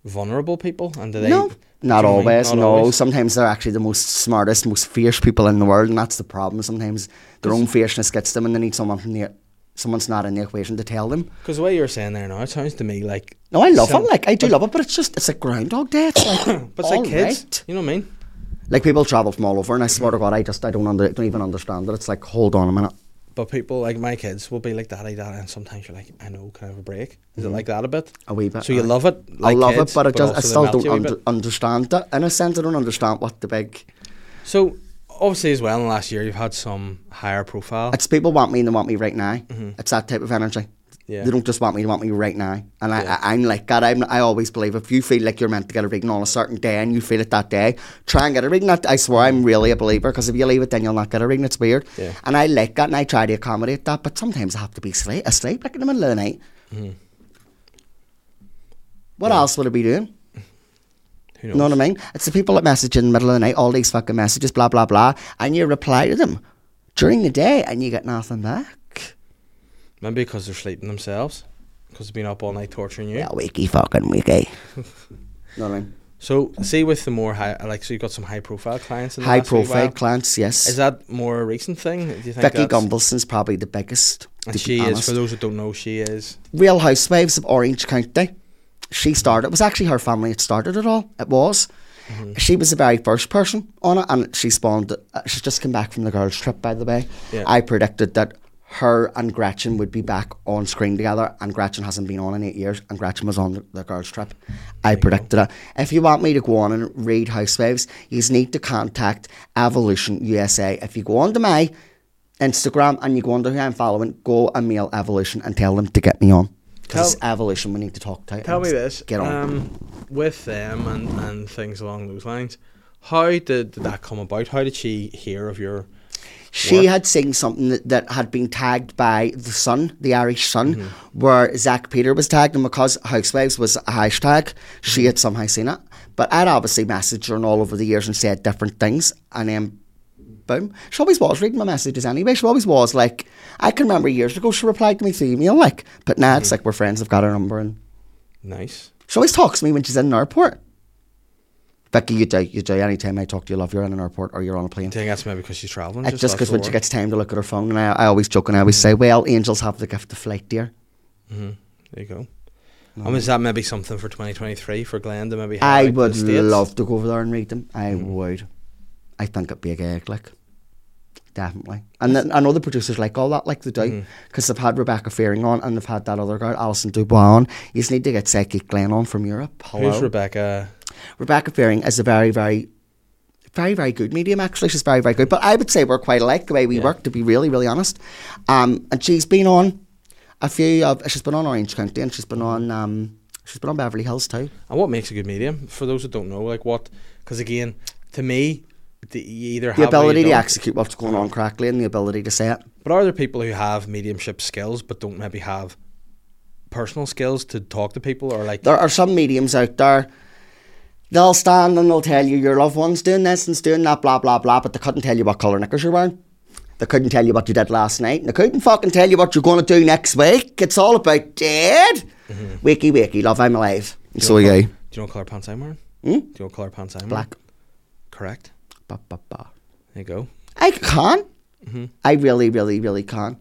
vulnerable people? And do they?
no,
do you
not
know what I mean?
always.
Not
no,
always.
sometimes they're actually the most smartest, most fierce people in the world, and that's the problem. Sometimes their own fierceness gets them, and they need someone from the someone's not in the equation to tell them.
Because the way you're saying there now, it sounds to me like
No, I love
Some-
it. Like I do love it, but it's just it's like Groundhog Day. It's like,
*coughs* but it's like
all
kids.
right.
You know what I mean?
Like people travel from all over, and I swear
Mm-hmm.
to God, I just I don't under, don't even understand it. It's like hold on a minute.
But people like my kids will be like daddy, daddy, and sometimes you're like, I know, can I have a break? Is it like that a bit?
Mm-hmm. A wee bit,
So you
aye.
love it. Like
I love
kids,
it, but I just I
also they
still
melt
don't
you a wee
under,
bit.
understand it. In a sense, I don't understand what the big.
So obviously, as well, in the last year, you've had some higher profile.
It's people want me and they want me right now. It's that type of energy.
Mm-hmm. Yeah.
They don't just want me. They want me right now. And I, I, I'm like God. I'm, I always believe if you feel like you're meant to get a reading on a certain day and you feel it that day, try and get a reading. That I swear I'm really a believer because if you leave it, then you'll not get a reading. It's weird.
Yeah.
And I like that, and I try to accommodate that. But sometimes I have to be asleep, asleep like in the middle of the night.
Mm-hmm.
What else would I be doing?
Who knows?
You know what I mean? It's the people that message in the middle of the night, all these fucking messages, blah, blah, blah, and you reply to them during the day and you get nothing back.
Maybe because they're sleeping themselves, because they've been up all night torturing you.
Yeah, wakey
*laughs*
fucking wakey. know what I mean?
So, see, with the more high, like, so you've got some high profile clients. In the
High
last wee
profile
while.
clients, yes.
Is that more a recent thing? Do you think
Becky
that's-
Gumbleson's probably the biggest.
And
to
she
be
is,
honest.
for those who don't know, she is.
Real Housewives of Orange County. She started, it was actually her family that started it all. It was. She was the very first person on it, and she spawned. Uh, she's just come back from the girls' trip, by the way.
Yeah.
I predicted that her and Gretchen would be back on screen together, and Gretchen hasn't been on in eight years, and Gretchen was on the, the girls' trip. I predicted it. If you want me to go on and read Housewives, you need to contact Evolution USA. If you go onto my Instagram and you go onto who I'm following, go and mail Evolution and tell them to get me on. Because it's Evolution, we need to talk to.
Tell me this.
Get on.
Um, with them and, and things along those lines, how did, did that come about? How did she hear of your.
She
work.
had seen something that, that had been tagged by the Sun, the Irish Sun,
Mm-hmm.
where Zach Peter was tagged, and because Housewives was a hashtag, she had somehow seen it. But I'd obviously messaged her and all over the years and said different things, and then boom. She always was reading my messages anyway. She always was like, I can remember years ago she replied to me through email, like, but now
Mm-hmm.
it's like we're friends, I've got her number, and
Nice.
she always talks to me when she's in an airport. Becky, you do, you do. Anytime I talk to you, love, you're in an airport or you're on a plane.
I think that's maybe because she's traveling.
It's just
that's
because
the
when she
word.
gets time to look at her phone, and I, I always joke and I always say, "Well, angels have the gift of flight, dear."
There you go. And is that maybe something for 2023 for Glenn to maybe? highlight
I
to the
would
States? Mm.
love to go over there and read them. I would. I think it'd be a gig, like definitely. And then I know the producers like all that, like they
Mm-hmm.
do, because they've had Rebecca Fearing on and they've had that other girl, Alison Dubois, on. You just need to get Psychic Glenn on from Europe. Hello.
Who's Rebecca?
Rebecca Fearing is a very, very, very, very good medium. Actually, she's very, very good. But I would say we're quite alike the way we work. To be really, really honest, um, and she's been on a few of. She's been on Orange County, and she's been on. Um, she's been on Beverly Hills too.
And what makes a good medium? For those who don't know, like what? Because again, to me, the, you either
The
have it or you
ability to
don't.
execute what's going on correctly, and the ability to say it.
But are there people who have mediumship skills but don't maybe have personal skills to talk to people or like?
There are some mediums out there. They'll stand and they'll tell you your loved one's doing this and's doing that, blah blah blah, but they couldn't tell you what colour knickers you're wearing. They couldn't tell you what you did last night, and they couldn't fucking tell you what you're going to do next week. It's all about dead. Wakey, wakey, love, I'm alive. And so are you.
Do you know what colour pants I'm wearing? Do you know what colour pants I'm
Hmm? Black.
wearing? Correct.
Ba, ba, ba.
There you go.
I can. I really, really, really can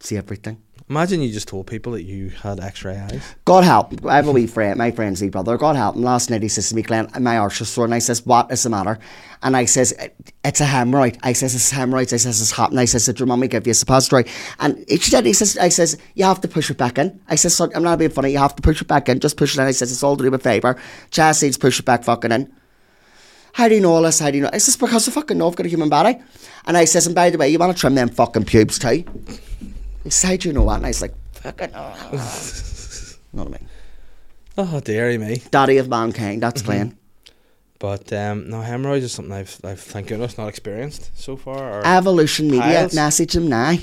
see everything.
Imagine you just told people that you had X-ray eyes.
God help. I have a wee friend, my friend's wee brother. God help him. Last night he says to me, Glenn, my arch is sore. And I says, what is the matter? And I says, "It- it's a hemorrhoid. I says, it's hemorrhoids. I says, it's happened. I says, did your mummy give you a suppository? And he said, he says, I says, you have to push it back in. I says, "Son, I'm not being funny. You have to push it back in. Just push it in. I says, it's all to do with fibre. Chas needs push it back fucking in. How do you know all this? How do you know? It's just because I fucking know I've got a human body. And I says, and by the way, you want to trim them fucking pubes too? He says, how do you know that? And I was like, fucking know. You *laughs* know what I mean?
Oh, dearie me.
daddy of mankind. That's plain.
But um, no, hemorrhoids is something I've, I've thank goodness not experienced so far.
Uh,
Or,
Evolution Media.
Piles.
Message them now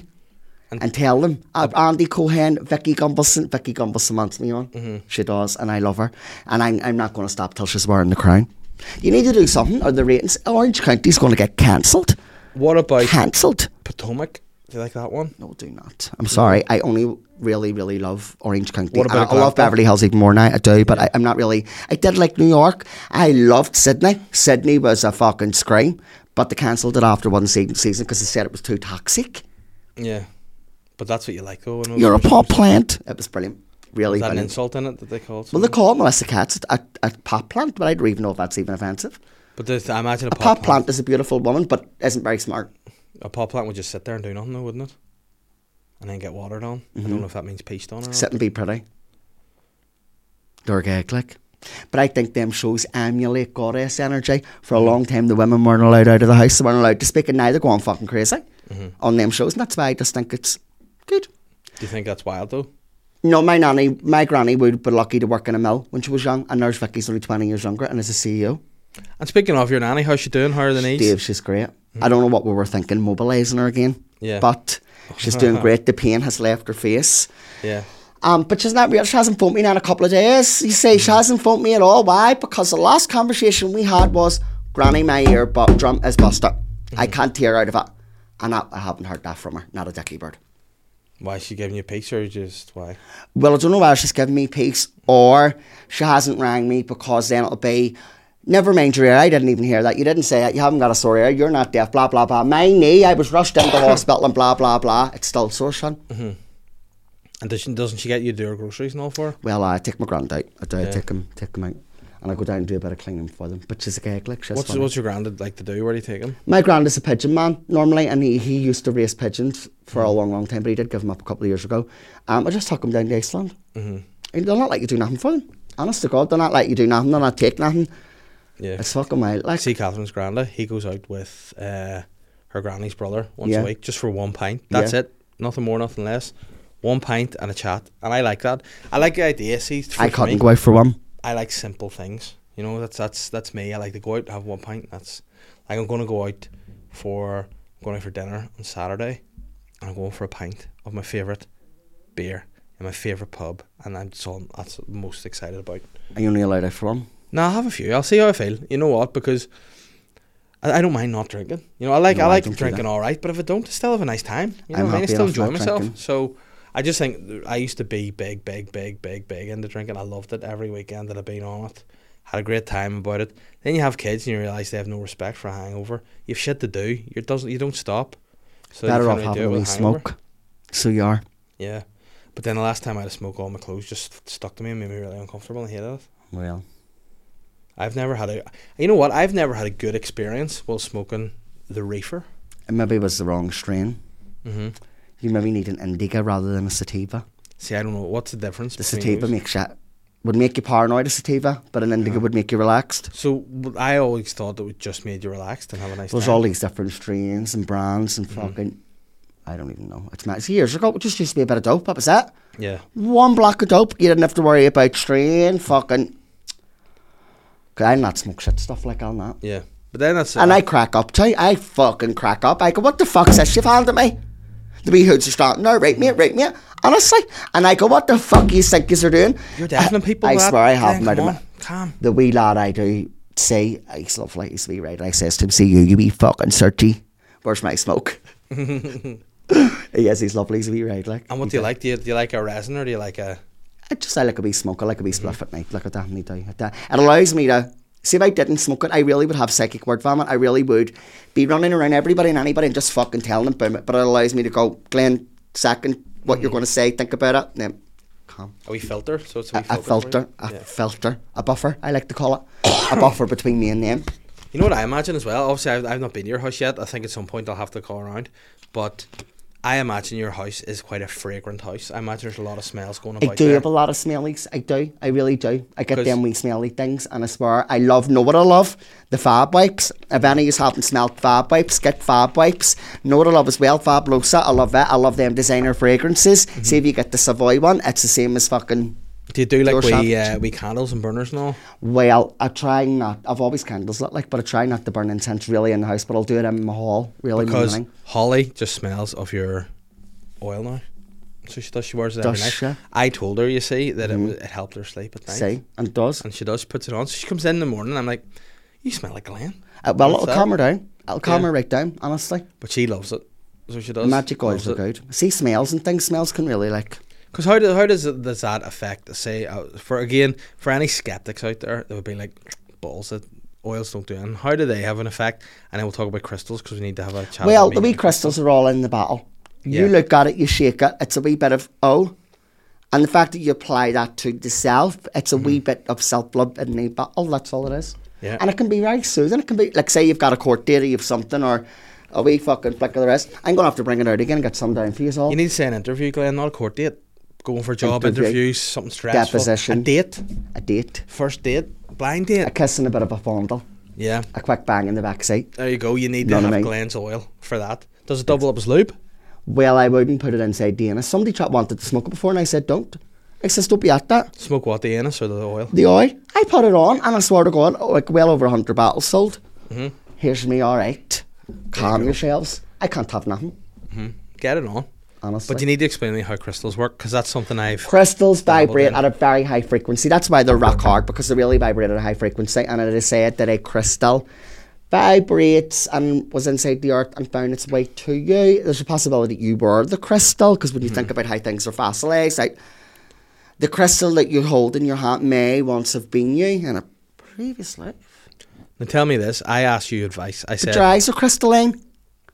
and, tell them uh, Andy Cohen, Vicky Gumbelson. Vicky Gumbelson wants me on. She does, and I love her. And I'm, I'm not going to stop till she's wearing the crown. You need to do something, or the ratings. Orange County's going to get cancelled.
what about
Cancelled.
Potomac? Do you like that one?
No, do not. I'm sorry. I only really, really love Orange County.
What about
I, I
Glasgow?
love Beverly Hills even more now. I do, but I, I'm not really. I did like New York. I loved Sydney. Sydney was a fucking scream, but they cancelled it after one se- season because they said it was too toxic.
Yeah, but that's what you like though. when it was
You're a
originally-
pop plant. It was brilliant. Really
Is Oh, that an
brilliant.
insult in it that they call it?
Well, they
something?
call Melissa Katz a, a pop plant, but I don't even know if that's even offensive.
but there's- I imagine a,
A pop, plant is a beautiful woman, but isn't very smart.
A pot plant would just sit there and do nothing, though, wouldn't it? And then get watered on. I don't know if that means peached on or not.
Sit and be pretty. They're gay, click. But I think them shows emulate goddess energy. For a long time, the women weren't allowed out of the house. They weren't allowed to speak, and now they're going fucking crazy on them shows. And that's why I just think it's good.
Do you think that's wild, though?
No, my nanny, my granny would be lucky to work in a mill when she was young, and there's Vicky's only 20 years younger and is a CEO.
And speaking of your nanny, how's she doing? How are the knees?
Dave, she's great. I don't know what we were thinking, mobilising her again.
Yeah.
But she's doing great. The pain has left her face.
Yeah.
Um, but she's not real. She hasn't phoned me now in a couple of days. You see, she hasn't phoned me at all. Why? Because the last conversation we had was, Granny, my ear but drum is busted. I can't tear out of it. And I, I haven't heard that from her. Not a dicky bird.
Why is she giving you peace or just why?
well, I don't know whether she's giving me peace or she hasn't rang me because then it'll be, never mind your ear, I didn't even hear that. You didn't say it. You haven't got a sore ear. You're not deaf. Blah, blah, blah. My knee, I was rushed into hospital and blah, blah, blah. It's still sore, son.
And does she, doesn't she get you to do her groceries and all for her?
Well, I take my grand out. I do. I take him, take him out. And I go down and do a bit of cleaning for them. But she's a gag, like she's
What's,
funny.
what's your granddad like to do? Where do you take him?
My grand is a pigeon man normally, and he, he used to raise pigeons for a long, long time, but he did give them up a couple of years ago. Um, I just took them down to Iceland. Mm-hmm. They're not like you do nothing for them. Honest to God, they're not like you do nothing. They're not take nothing.
Yeah.
It's fucking wild. Like,
See Catherine's granddad, he goes out with uh, her granny's brother once
Yeah.
a week just for one pint. That's
Yeah.
it. Nothing more, nothing less. One pint and a chat. And I like that. I like the idea. See, for for
I
me,
couldn't go out for one.
I like simple things. You know, that's that's that's me. I like to go out, have one pint. That's like I'm gonna go out for I'm going out for dinner on Saturday, and I'm going for a pint of my favorite beer in my favorite pub, and I'm that's all that's what I'm most excited about.
Are you only allowed out for one?
No, I'll have a few. I'll see how I feel. You know what? Because I, I don't mind not drinking. You know, I like
No,
I
I
like
don't do
drinking all right, but if I don't, I still have a nice time. You know
I'm
what I mean? I
happy
still
enough
enjoy
not
myself.
drinking.
So I just think th- I used to be big, big, big, big, big into drinking. I loved it every weekend that I've been on it. Had a great time about it. Then you have kids and you realise they have no respect for a hangover. You've shit to do. You doesn't you don't stop. So you
Better
can't
off
really do
having
it
a
with
wee
hangover.
smoke. So you are.
Yeah. But then the last time I had a smoke, all my clothes just stuck to me and made me really uncomfortable and I hated it.
Well,
I've never had a. You know what? I've never had a good experience while smoking the reefer.
it maybe was the wrong strain.
Mm-hmm.
You maybe need an indica rather than a sativa.
See, I don't know what's the difference.
The
between
sativa
those?
makes you, would make you paranoid, a sativa, but an indica would make you relaxed.
So w- I always thought that it just made you relaxed and have a nice.
There's
time.
all these different strains and brands and fucking. I don't even know. It's, mad. it's years ago. It just used to be a bit of dope. That was it.
Yeah.
One block of dope. You didn't have to worry about strain. Fucking. 'Cause I'll not smoke shit stuff like I'll not.
Yeah. But then that's. uh,
And I crack up too. I fucking crack up. I go, what the fuck's this you've handed me? The wee hoods are starting, no, right, mate, right, mate. Honestly. And I go, what the fuck you think you're doing?
You're deafening
I-
people.
I
with that.
swear I have
Then
made
Come
him.
on, calm.
The wee lad I do see, he's lovely, he's wee right. And I says to him, see you, you wee fucking searchy. Where's
*laughs*
my smoke? *laughs* yes, he's lovely, he's a wee right. Like,
And what do you like? Do you, do you like a resin or do you like a?
I just I like a wee smoke. I like a
Mm-hmm.
wee spliff at night. Like I definitely do. I de- It allows me to see if I didn't smoke it, I really would have psychic word vomit. I really would be running around everybody and anybody and just fucking telling them about it. But it allows me to go, Glenn, second, what
Mm-hmm.
you're going to say, think about it. And then calm.
A wee filter. So it's a
A,
wee
a
for you?
filter, a
Yeah.
filter, a buffer. I like to call
*coughs*
it a buffer between me and them.
You know what I imagine as well? Obviously, I've, I've not been to your house yet. I think at some point I'll have to go around. But I imagine your house is quite a fragrant house. I imagine there's a lot of smells going about
I do
there.
have a lot of smellies. I do. I really do. I get
'Cause-
them wee smelly things, and I swear I love. Know what I love? The fab wipes. If any of you haven't smelled fab wipes, get fab wipes. Know what I love as well? Fabulosa. I love that. I love them designer fragrances.
Mm-hmm.
See if you get the Savoy one. It's the same as fucking.
Do you do
Door
like we
shafts.
uh, we candles and burners and all?
Well, I try not. I've always candles lit, like, but I try not to burn incense really in the house. But I'll do it in my hall, really. in the
Because
morning.
Holly just smells of your oil now. So she does. She wears it every
Does
night.
she? Mm-hmm.
I told her, you see, that it w it, helped her sleep at night.
see, and it does.
And she does puts it on. So she comes in, in the morning. I'm like, you smell like Glen.
Uh, well,
What's
it'll
that?
calm her down. It'll calm
Yeah.
her right down. Honestly,
But she loves it. So she does.
magic oils are
loves it.
good. See, smells and things. Smells can really like.
Because how, do, how does it, does that affect say uh, for again for any skeptics out there that would be like balls that oils don't do and how do they have an effect and then we'll talk about crystals because we need to have a chat
Well,
about
the wee
making-
crystals are all in the bottle. You
Yeah.
look at it, you shake it, it's a wee bit of oh. And the fact that you apply that to the self, it's a wee bit of self love in the bottle, that's all it is.
Mm-hmm. Yeah.
And it can be very soothing. It can be like say you've got a court date or you've something or a wee fucking flick of the wrist. I'm gonna have to bring it out again and get some down for you all.
you need to say an interview Glenn not a court date going for job
Interview.
interviews something stressful
Deposition.
a date
a date.
first date blind
A
date
kiss and a bit of a fondle.
yeah
A quick bang in the backseat.
there you go you need to
None of
have
mine.
Glenn's oil for that does it double up his lube
Well, I wouldn't put it inside Dana. Somebody tried, wanted to smoke it before and I said don't. I says, don't be at that.
Smoke what, the anise or the oil?
The oil. I put it on, and I swear to God, like well over 100 bottles sold.
Mm-hmm.
Here's me, all right. Calm yourselves. I can't have nothing,
Get it on.
honestly.
But you need to explain to me how crystals work, because that's something I've.
Crystals vibrate
then.
at a very high frequency. That's why they're rock hard because they really vibrate at a high frequency. And it is said that a crystal vibrates and was inside the earth and found its way to you. There's a possibility you were the crystal because when you think
Mm-hmm.
about how things are fossilized, like the crystal that you hold in your hand may once have been you in a previous life.
Now tell me this. I asked you advice. I
Your
said
eyes are crystalline.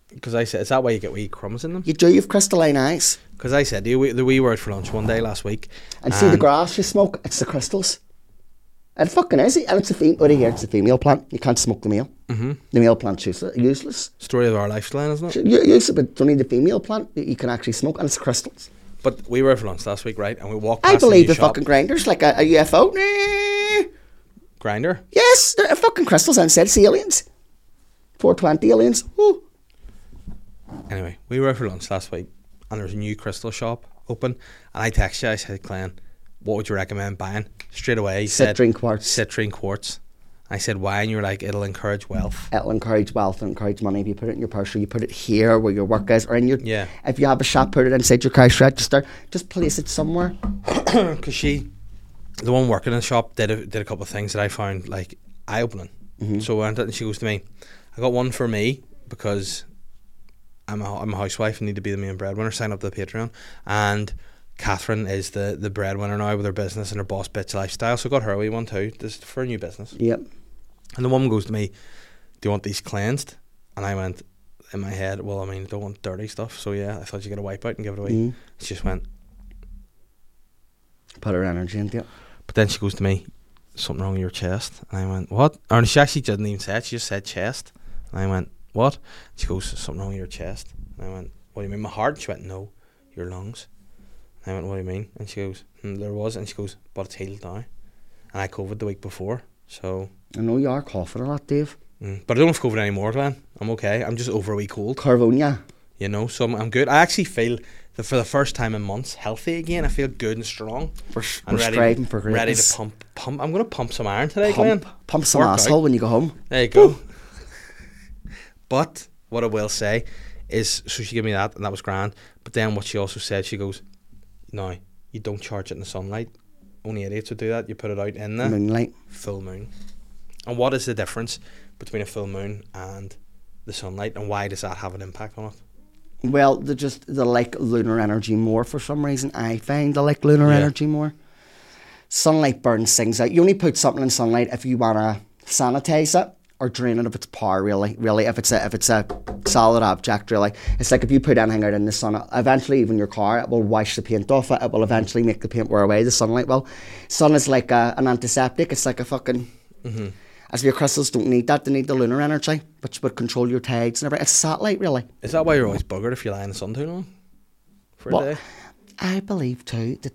because I said is that why you get wee crumbs in them?
You do, you've crystalline eyes.
Because I said the wee, the wee word for lunch one day last week.
And see the grass you smoke, it's the crystals. It fucking is. And it's a female. Over here, it's a female plant. You can't smoke the male. Mm-hmm. The male plant's useless. useless.
Story of our lifestyle, isn't it?
You, use it, but it's only the female plant that you can actually smoke, and it's crystals.
But we were for lunch last week, right? And we walked.
I
Past
believe
the
the
new shop,
fucking grinders, like a, a UFO. Nah.
grinder.
Yes, they're fucking crystals and said it's aliens. 420 aliens. Woo.
Anyway, we were for lunch last week, and there was a new crystal shop open. And I texted you. I said, "Clan, what would you recommend buying?" Straight away, you said
Citrine quartz.
Citrine quartz. I said, "Why?" And you were like, "It'll encourage wealth."
It'll encourage wealth and encourage money. If you put it in your purse or you put it here where your work is, or in your.
Yeah.
If you have a shop, put it inside your cash register. Just place it somewhere.
because she, the one working in the shop, did a, did a couple of things that I found like eye opening. So I went out and she goes to me, I got one for me because I'm a, I'm a housewife and need to be the main breadwinner. Sign up to the Patreon. And Catherine is the, the breadwinner now with her business and her boss bitch lifestyle. So I got her a wee one too. This is for a new business.
Yep.
And the woman goes to me, Do you want these cleansed? And I went, In my head, Well, I mean, I don't want dirty stuff. So yeah, I thought you get a wipe out and give it away. She just went,
Put her energy into it.
But then she goes to me, something wrong with your chest. And I went, what? And she actually didn't even say it. She just said chest. And I went, what? She goes, something wrong with your chest. And I went, what do you mean, my heart? She went, no, your lungs. And I went, what do you mean? And she goes, hmm, there was. And she goes, but it's healed now. And I COVID the week before. So,
I know you are coughing a lot, Dave.
mm. but I don't have COVID anymore, Glenn. I'm okay. I'm just over a wee cold,
Carvonia.
you know, so I'm, I'm good. I actually feel, that for the first time in months, healthy again. I feel good and strong.
We're,
I'm
we're
ready,
striving for greatness.
ready to pump, pump. I'm going to pump some iron today, Glenn.
Pump, pump some
Work out.
asshole when you go home.
There you go. but what I will say is, so she gave me that, and that was grand. But then what she also said, she goes, "No, you don't charge it in the sunlight. Only idiots would do that. You put it out in the
Moonlight.
full moon." And what is the difference between a full moon and the sunlight, and why does that have an impact on it?
Well, they just they like lunar energy more for some reason. I find they like lunar
Yeah.
energy more. Sunlight burns things out. You only put something in sunlight if you wanna sanitize it or drain it of its power. Really, really, if it's a if it's a solid object, really, it's like if you put anything out in the sun, eventually even your car it will wash the paint off it. It will eventually make the paint wear away. The sunlight will. Sun is like a, an antiseptic. It's like a fucking. As your crystals don't need that, they need the lunar energy, which would control your tides and everything. It's a satellite, really.
Is that why you're always buggered if you lie in the sun too long for
Well,
a day?
I believe too that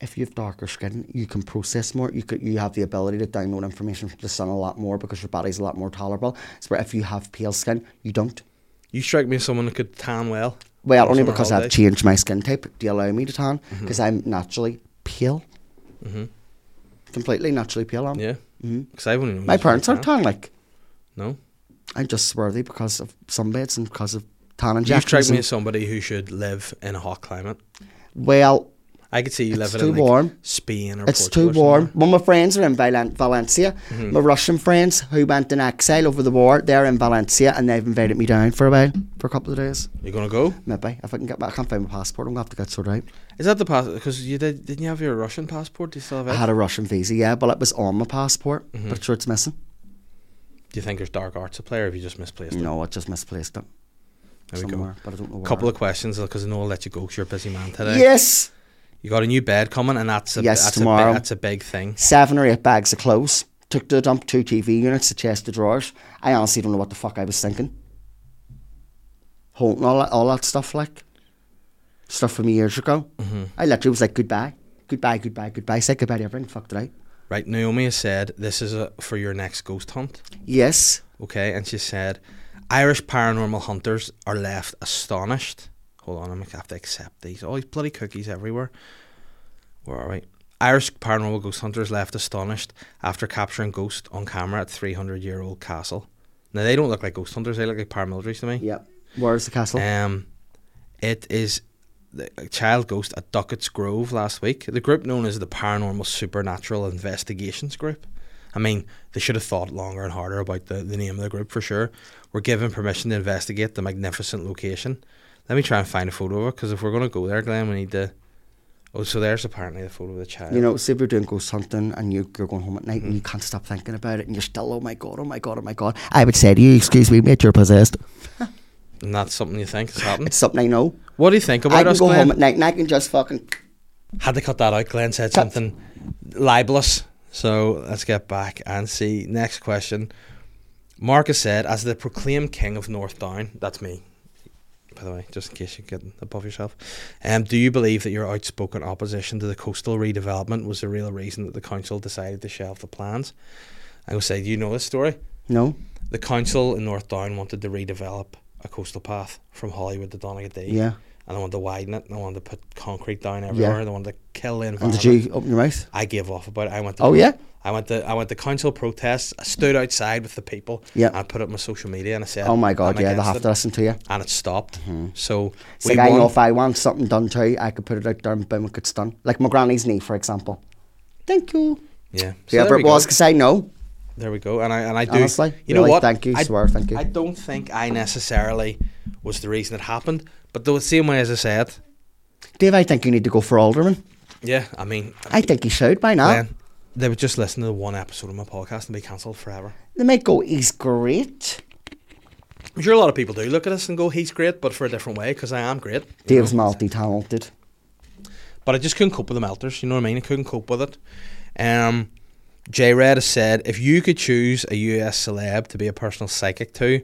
if you have darker skin, you can process more. You could, you have the ability to download information from the sun a lot more because your body's a lot more tolerable. So where if you have pale skin, you don't.
You strike me as someone who could tan well.
Well,
on
only
summer
because I've
holidays. Mm-hmm.
changed my skin type. Do you allow me to tan? Because I'm naturally pale. Completely naturally pale. I'm.
Yeah, because I've only known
Mm-hmm. My
you as being
parents aren't tan. Like
No.
I'm just swarthy because of sunbeds and because of tan
You strike
injections.
me
and-
as somebody who should live in a hot climate.
well,
I could see you
It's
living
too
in like
warm.
Spain or
It's
Portugal
too
or somewhere.
warm. Well, my friends are in Valen- Valencia.
Mm-hmm.
My Russian friends who went in exile over the war, they're in Valencia and they've invited me down for a while, for a couple of days.
You gonna go?
Maybe. If I can get back, I can't find my passport. I'm going to have to get sorted out.
Is that the pass? Because you did, didn't you have your Russian passport? Do you still have it?
I had a Russian visa, yeah, but it was on my passport.
Mm-hmm.
But sure, it's missing.
Do you think there's dark arts at play, or have you just misplaced it?
No, I just misplaced it
Mm-hmm. There we
somewhere,
go.
but I don't know where.
Couple of questions because I know I'll let you go 'cause you're a busy man today.
Yes!
You got a new bed coming, and that's a
Yes,
that's A,
tomorrow.
big- that's a big thing.
Seven or eight bags of clothes. Took to the dump two TV units, a chest of drawers. I honestly don't know what the fuck I was thinking. Holding all that, all that stuff, like stuff from years ago. Mm-hmm. I literally was like, goodbye, goodbye, goodbye, goodbye. Said goodbye to everything, fucked it out.
Right, Naomi has said this is a, for your next ghost hunt.
Yes,
Okay, and she said Irish paranormal hunters are Oh, left astonished. Hold on, I'm gonna have to accept these. All these bloody cookies everywhere. Where are we? Irish paranormal ghost hunters left astonished after capturing ghost on camera at 300 year old castle. Now, they don't look like ghost hunters, they look like paramilitaries to me.
Yep. Where's the castle?
Um, it is the a child ghost at Duckett's Grove last week. The group known as the Paranormal Supernatural Investigations Group. I mean, they should have thought longer and harder about the, the name of the group for sure. Were given permission to investigate the magnificent location. Let me try and find a photo of it because if we're going to go there, Glenn, we need to. Oh, so there's apparently the photo of the child.
you know, say if you're doing ghost hunting and you, you're going home at night and you can't stop thinking about it and you're still, oh my God, oh my God, oh my God. I would say to you, excuse me, mate, you're possessed.
and that's something you
*laughs*
think has happened.
It's something I know.
What do you think
I
about
can
us,
go
Glenn?
home at night and I can just fucking.
Had to cut that out. Glenn said
Cut.
something libelous. So let's get back and see. Next question. Marcus said, as the proclaimed king of North Down, that's me, by the way, just in case you're getting above yourself, um, do you believe that your outspoken opposition to the coastal redevelopment was the real reason that the council decided to shelve the plans? I would say, do you know this story?
No?
The council in North Down wanted to redevelop a coastal path from Hollywood to Donaghadee.
Yeah.
And they wanted to widen it. And they wanted to put concrete down everywhere. They wanted to kill the
And
environment.
did you open your mouth?
I gave off about it. I went. To
Oh, yeah?
I went to I went to council protests. I stood outside with the people.
Yeah.
And I put up my social media and I said,
Oh my
"I'm
God, yeah, they
against
have
it,"
to listen to you.
And it stopped. So
It's like, I know if I want something done too, I could put it out there and boom, it gets done. Like my granny's knee, for example. Thank you.
Yeah. So
Whoever
there we
it was,
Go.
because I know,
There we go. And I and I do.
honestly.
you know
Really,
what?
Thank you,
I,
swear, thank you.
I don't think I necessarily was the reason it happened, but the same way as I said,
Dave, I think you need to go for alderman.
yeah. I mean,
I think you should by now.
Glenn, they would just listen to one episode of my podcast and be cancelled forever.
They might go, he's great.
I'm sure a lot of people do look at us and go, "He's great," but for a different way because I am great. you
Dave's
know?
multi talented.
but I just couldn't cope with the melters. You know what I mean? I couldn't cope with it. Um, J Red has said, if you could choose a US celeb to be a personal psychic to,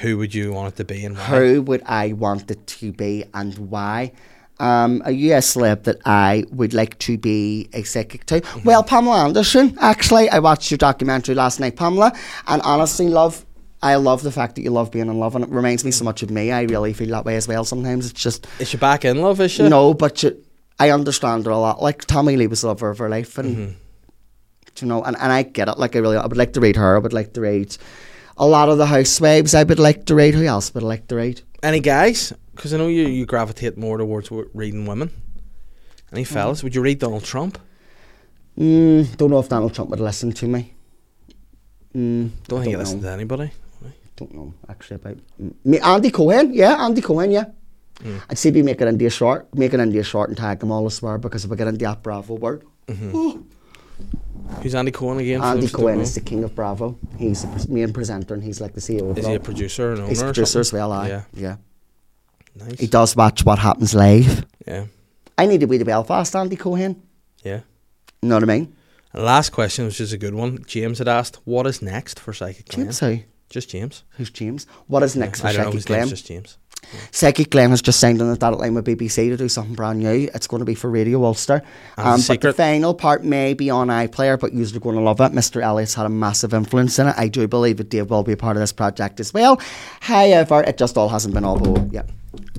who would you want it to be and why?
Who would I want it to be and why? Um, a US celeb that I would like to be a psychic to. Well, Pamela Anderson, actually, I watched your documentary last night, Pamela, and honestly, love. I love the fact that you love being in love, and it reminds me so much of me. I really feel that way as well. Sometimes it's just
Is she back in love? Is she?
no, but you, I understand her a lot. Like Tommy Lee was the lover of her life, and do you know, and, and I get it. Like I really, I would like to read her. I would like to read a lot of the housewives. I would like to read. Who else would I like to read?
Any guys? Because I know you, you gravitate more towards w- reading women. Any fellas? Would you read Donald Trump?
Mm, don't know if Donald Trump would listen to me. Mm,
Don't think
don't
you listen
know.
to anybody.
Don't know actually about mm, me. Andy Cohen, yeah, Andy Cohen, yeah.
Hmm.
I'd say we make it into a short, make it into a short, and tag them all as well because if we get into that Bravo word,
Who's Andy Cohen again? for
Andy
those that don't
Cohen
know?
is the king of Bravo. He's the pres- main presenter and he's like the CEO. Of
Is
it
he
all.
a producer and owner?
He's
or
producer as
something?
well. I
Yeah.
yeah.
Nice.
He does watch What Happens Live.
yeah.
I need to be the Belfast Andy Cohen.
Yeah.
You know what I mean?
And last question, which is a good one. James had asked, what is next for Psychic Glenn?
James, who?
Just James.
Who's James? What is next for
I don't know
Psychic
his name's
Glenn?
just James.
Psychic Glenn has just signed on the dotted line with BBC to do something brand new. It's going to be for Radio Ulster.
And
Um, but the
secret-
final part may be on iPlayer, but you're going to love it. Mr. Elliott's had a massive influence in it. I do believe that Dave will be a part of this project as well. However, it just all hasn't been all but yeah.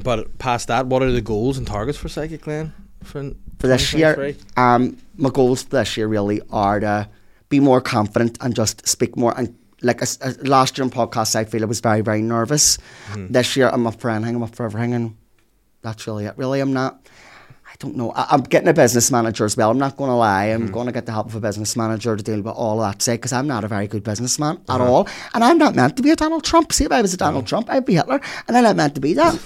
But past that, what are the goals and targets for Psychic Glenn for,
for this year.
2023?
Um, my goals for this year really are to be more confident and just speak more. And like I s- uh, last year on podcasts, I feel I was very, very nervous. This year, I'm up for anything. I'm up for everything, and that's really it. Really, I'm not. I don't know. I, I'm getting a business manager as well. I'm not going to lie. I'm going to get the help of a business manager to deal with all of that side because I'm not a very good businessman at all, and I'm not meant to be a Donald Trump. See, if I was a Donald Trump, I'd be Hitler, and I'm not meant to be that.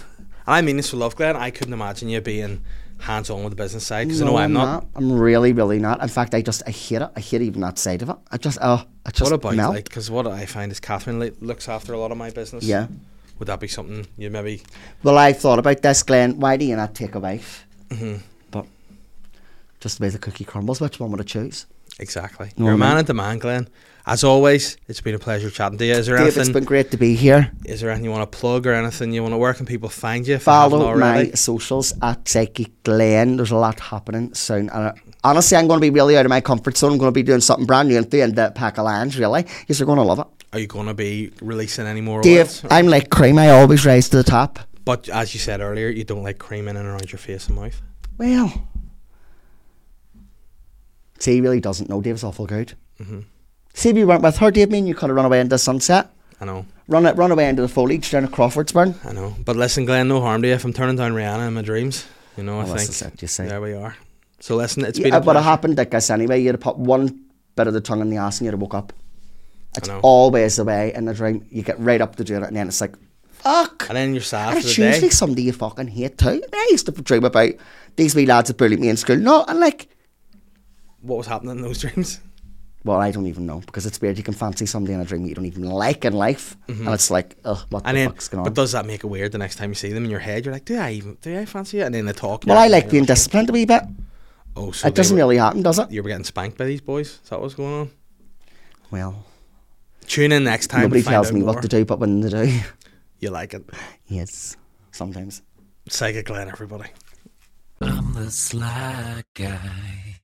I mean this for love, Glenn. I couldn't imagine you being hands on with the business side because I know I'm,
I'm
not.
I'm really, really not. In fact, I just I hate it. I hate even that side of it. I just oh, I just
What about
melt.
like? Because what I find is Catherine li- looks after a lot of my business.
Yeah.
Would that be something you maybe?
Well, I thought about this, Glenn. Why do you not take a wife?
Mm-hmm.
But just the way the cookie crumbles, which one would I choose?
Exactly.
No,
You're a
I
man
mean-
in demand, Glenn. As always, it's been a pleasure chatting to you. Is there
Dave, it's
anything?
been great to be here.
Is there anything you want to plug or anything you want to? Where can people find you? If they haven't
Follow my
already?
socials at Psychic Glenn. There's a lot happening soon. And uh, honestly, I'm going to be really out of my comfort zone. I'm going to be doing something brand new and throwing the pack of lines, really. You're going to love it.
Are you going to be releasing any more?
Dave,
oils?
I'm like cream. I always rise to the top.
But as you said earlier, you don't like cream in and around your face and mouth.
Well, See, he really doesn't know Dave's awful good.
Mm-hmm.
See, if you weren't with her, Dave, me and you could have run away into the sunset,
I know,
run it, run away into the foliage down at Crawfordsburn.
I know. But listen, Glenn, no harm to you. If I'm turning down Rihanna in my dreams, you know, I
Well,
think
Oh, that's the set, you see.
there we are. So listen, it's been
Yeah,
a
but it
pleasure.
happened like this anyway. You'd have put one bit of the tongue in the ass and you'd have woke up. It's
know.
always the way in the dream. You get right up to doing it and then it's like, fuck.
and then you're sad
And
for the
it's
day.
usually somebody you fucking hate too. I used to dream about these wee lads that bullied me in school. No, and like,
What was happening in those *laughs* dreams?
well, I don't even know because it's weird. You can fancy somebody in a dream you don't even like in life, and it's like, ugh, what
Mm-hmm. And
the
then,
fuck's going
but
on?
does that make it weird the next time you see them in your head? You're like, do I even, do I fancy it? And then they talk.
Well,
now,
I
and
like
you're
being disciplined a wee bit.
Oh, so
It doesn't
really.
really happen, does it?
You were getting spanked by these boys. Is that what's going on?
Well,
Tune in next time.
nobody
and find
tells
out
me
more.
what to do, but when they do, *laughs*
You like it.
yes, sometimes.
Psychic Glenn, everybody.
I'm the sly guy.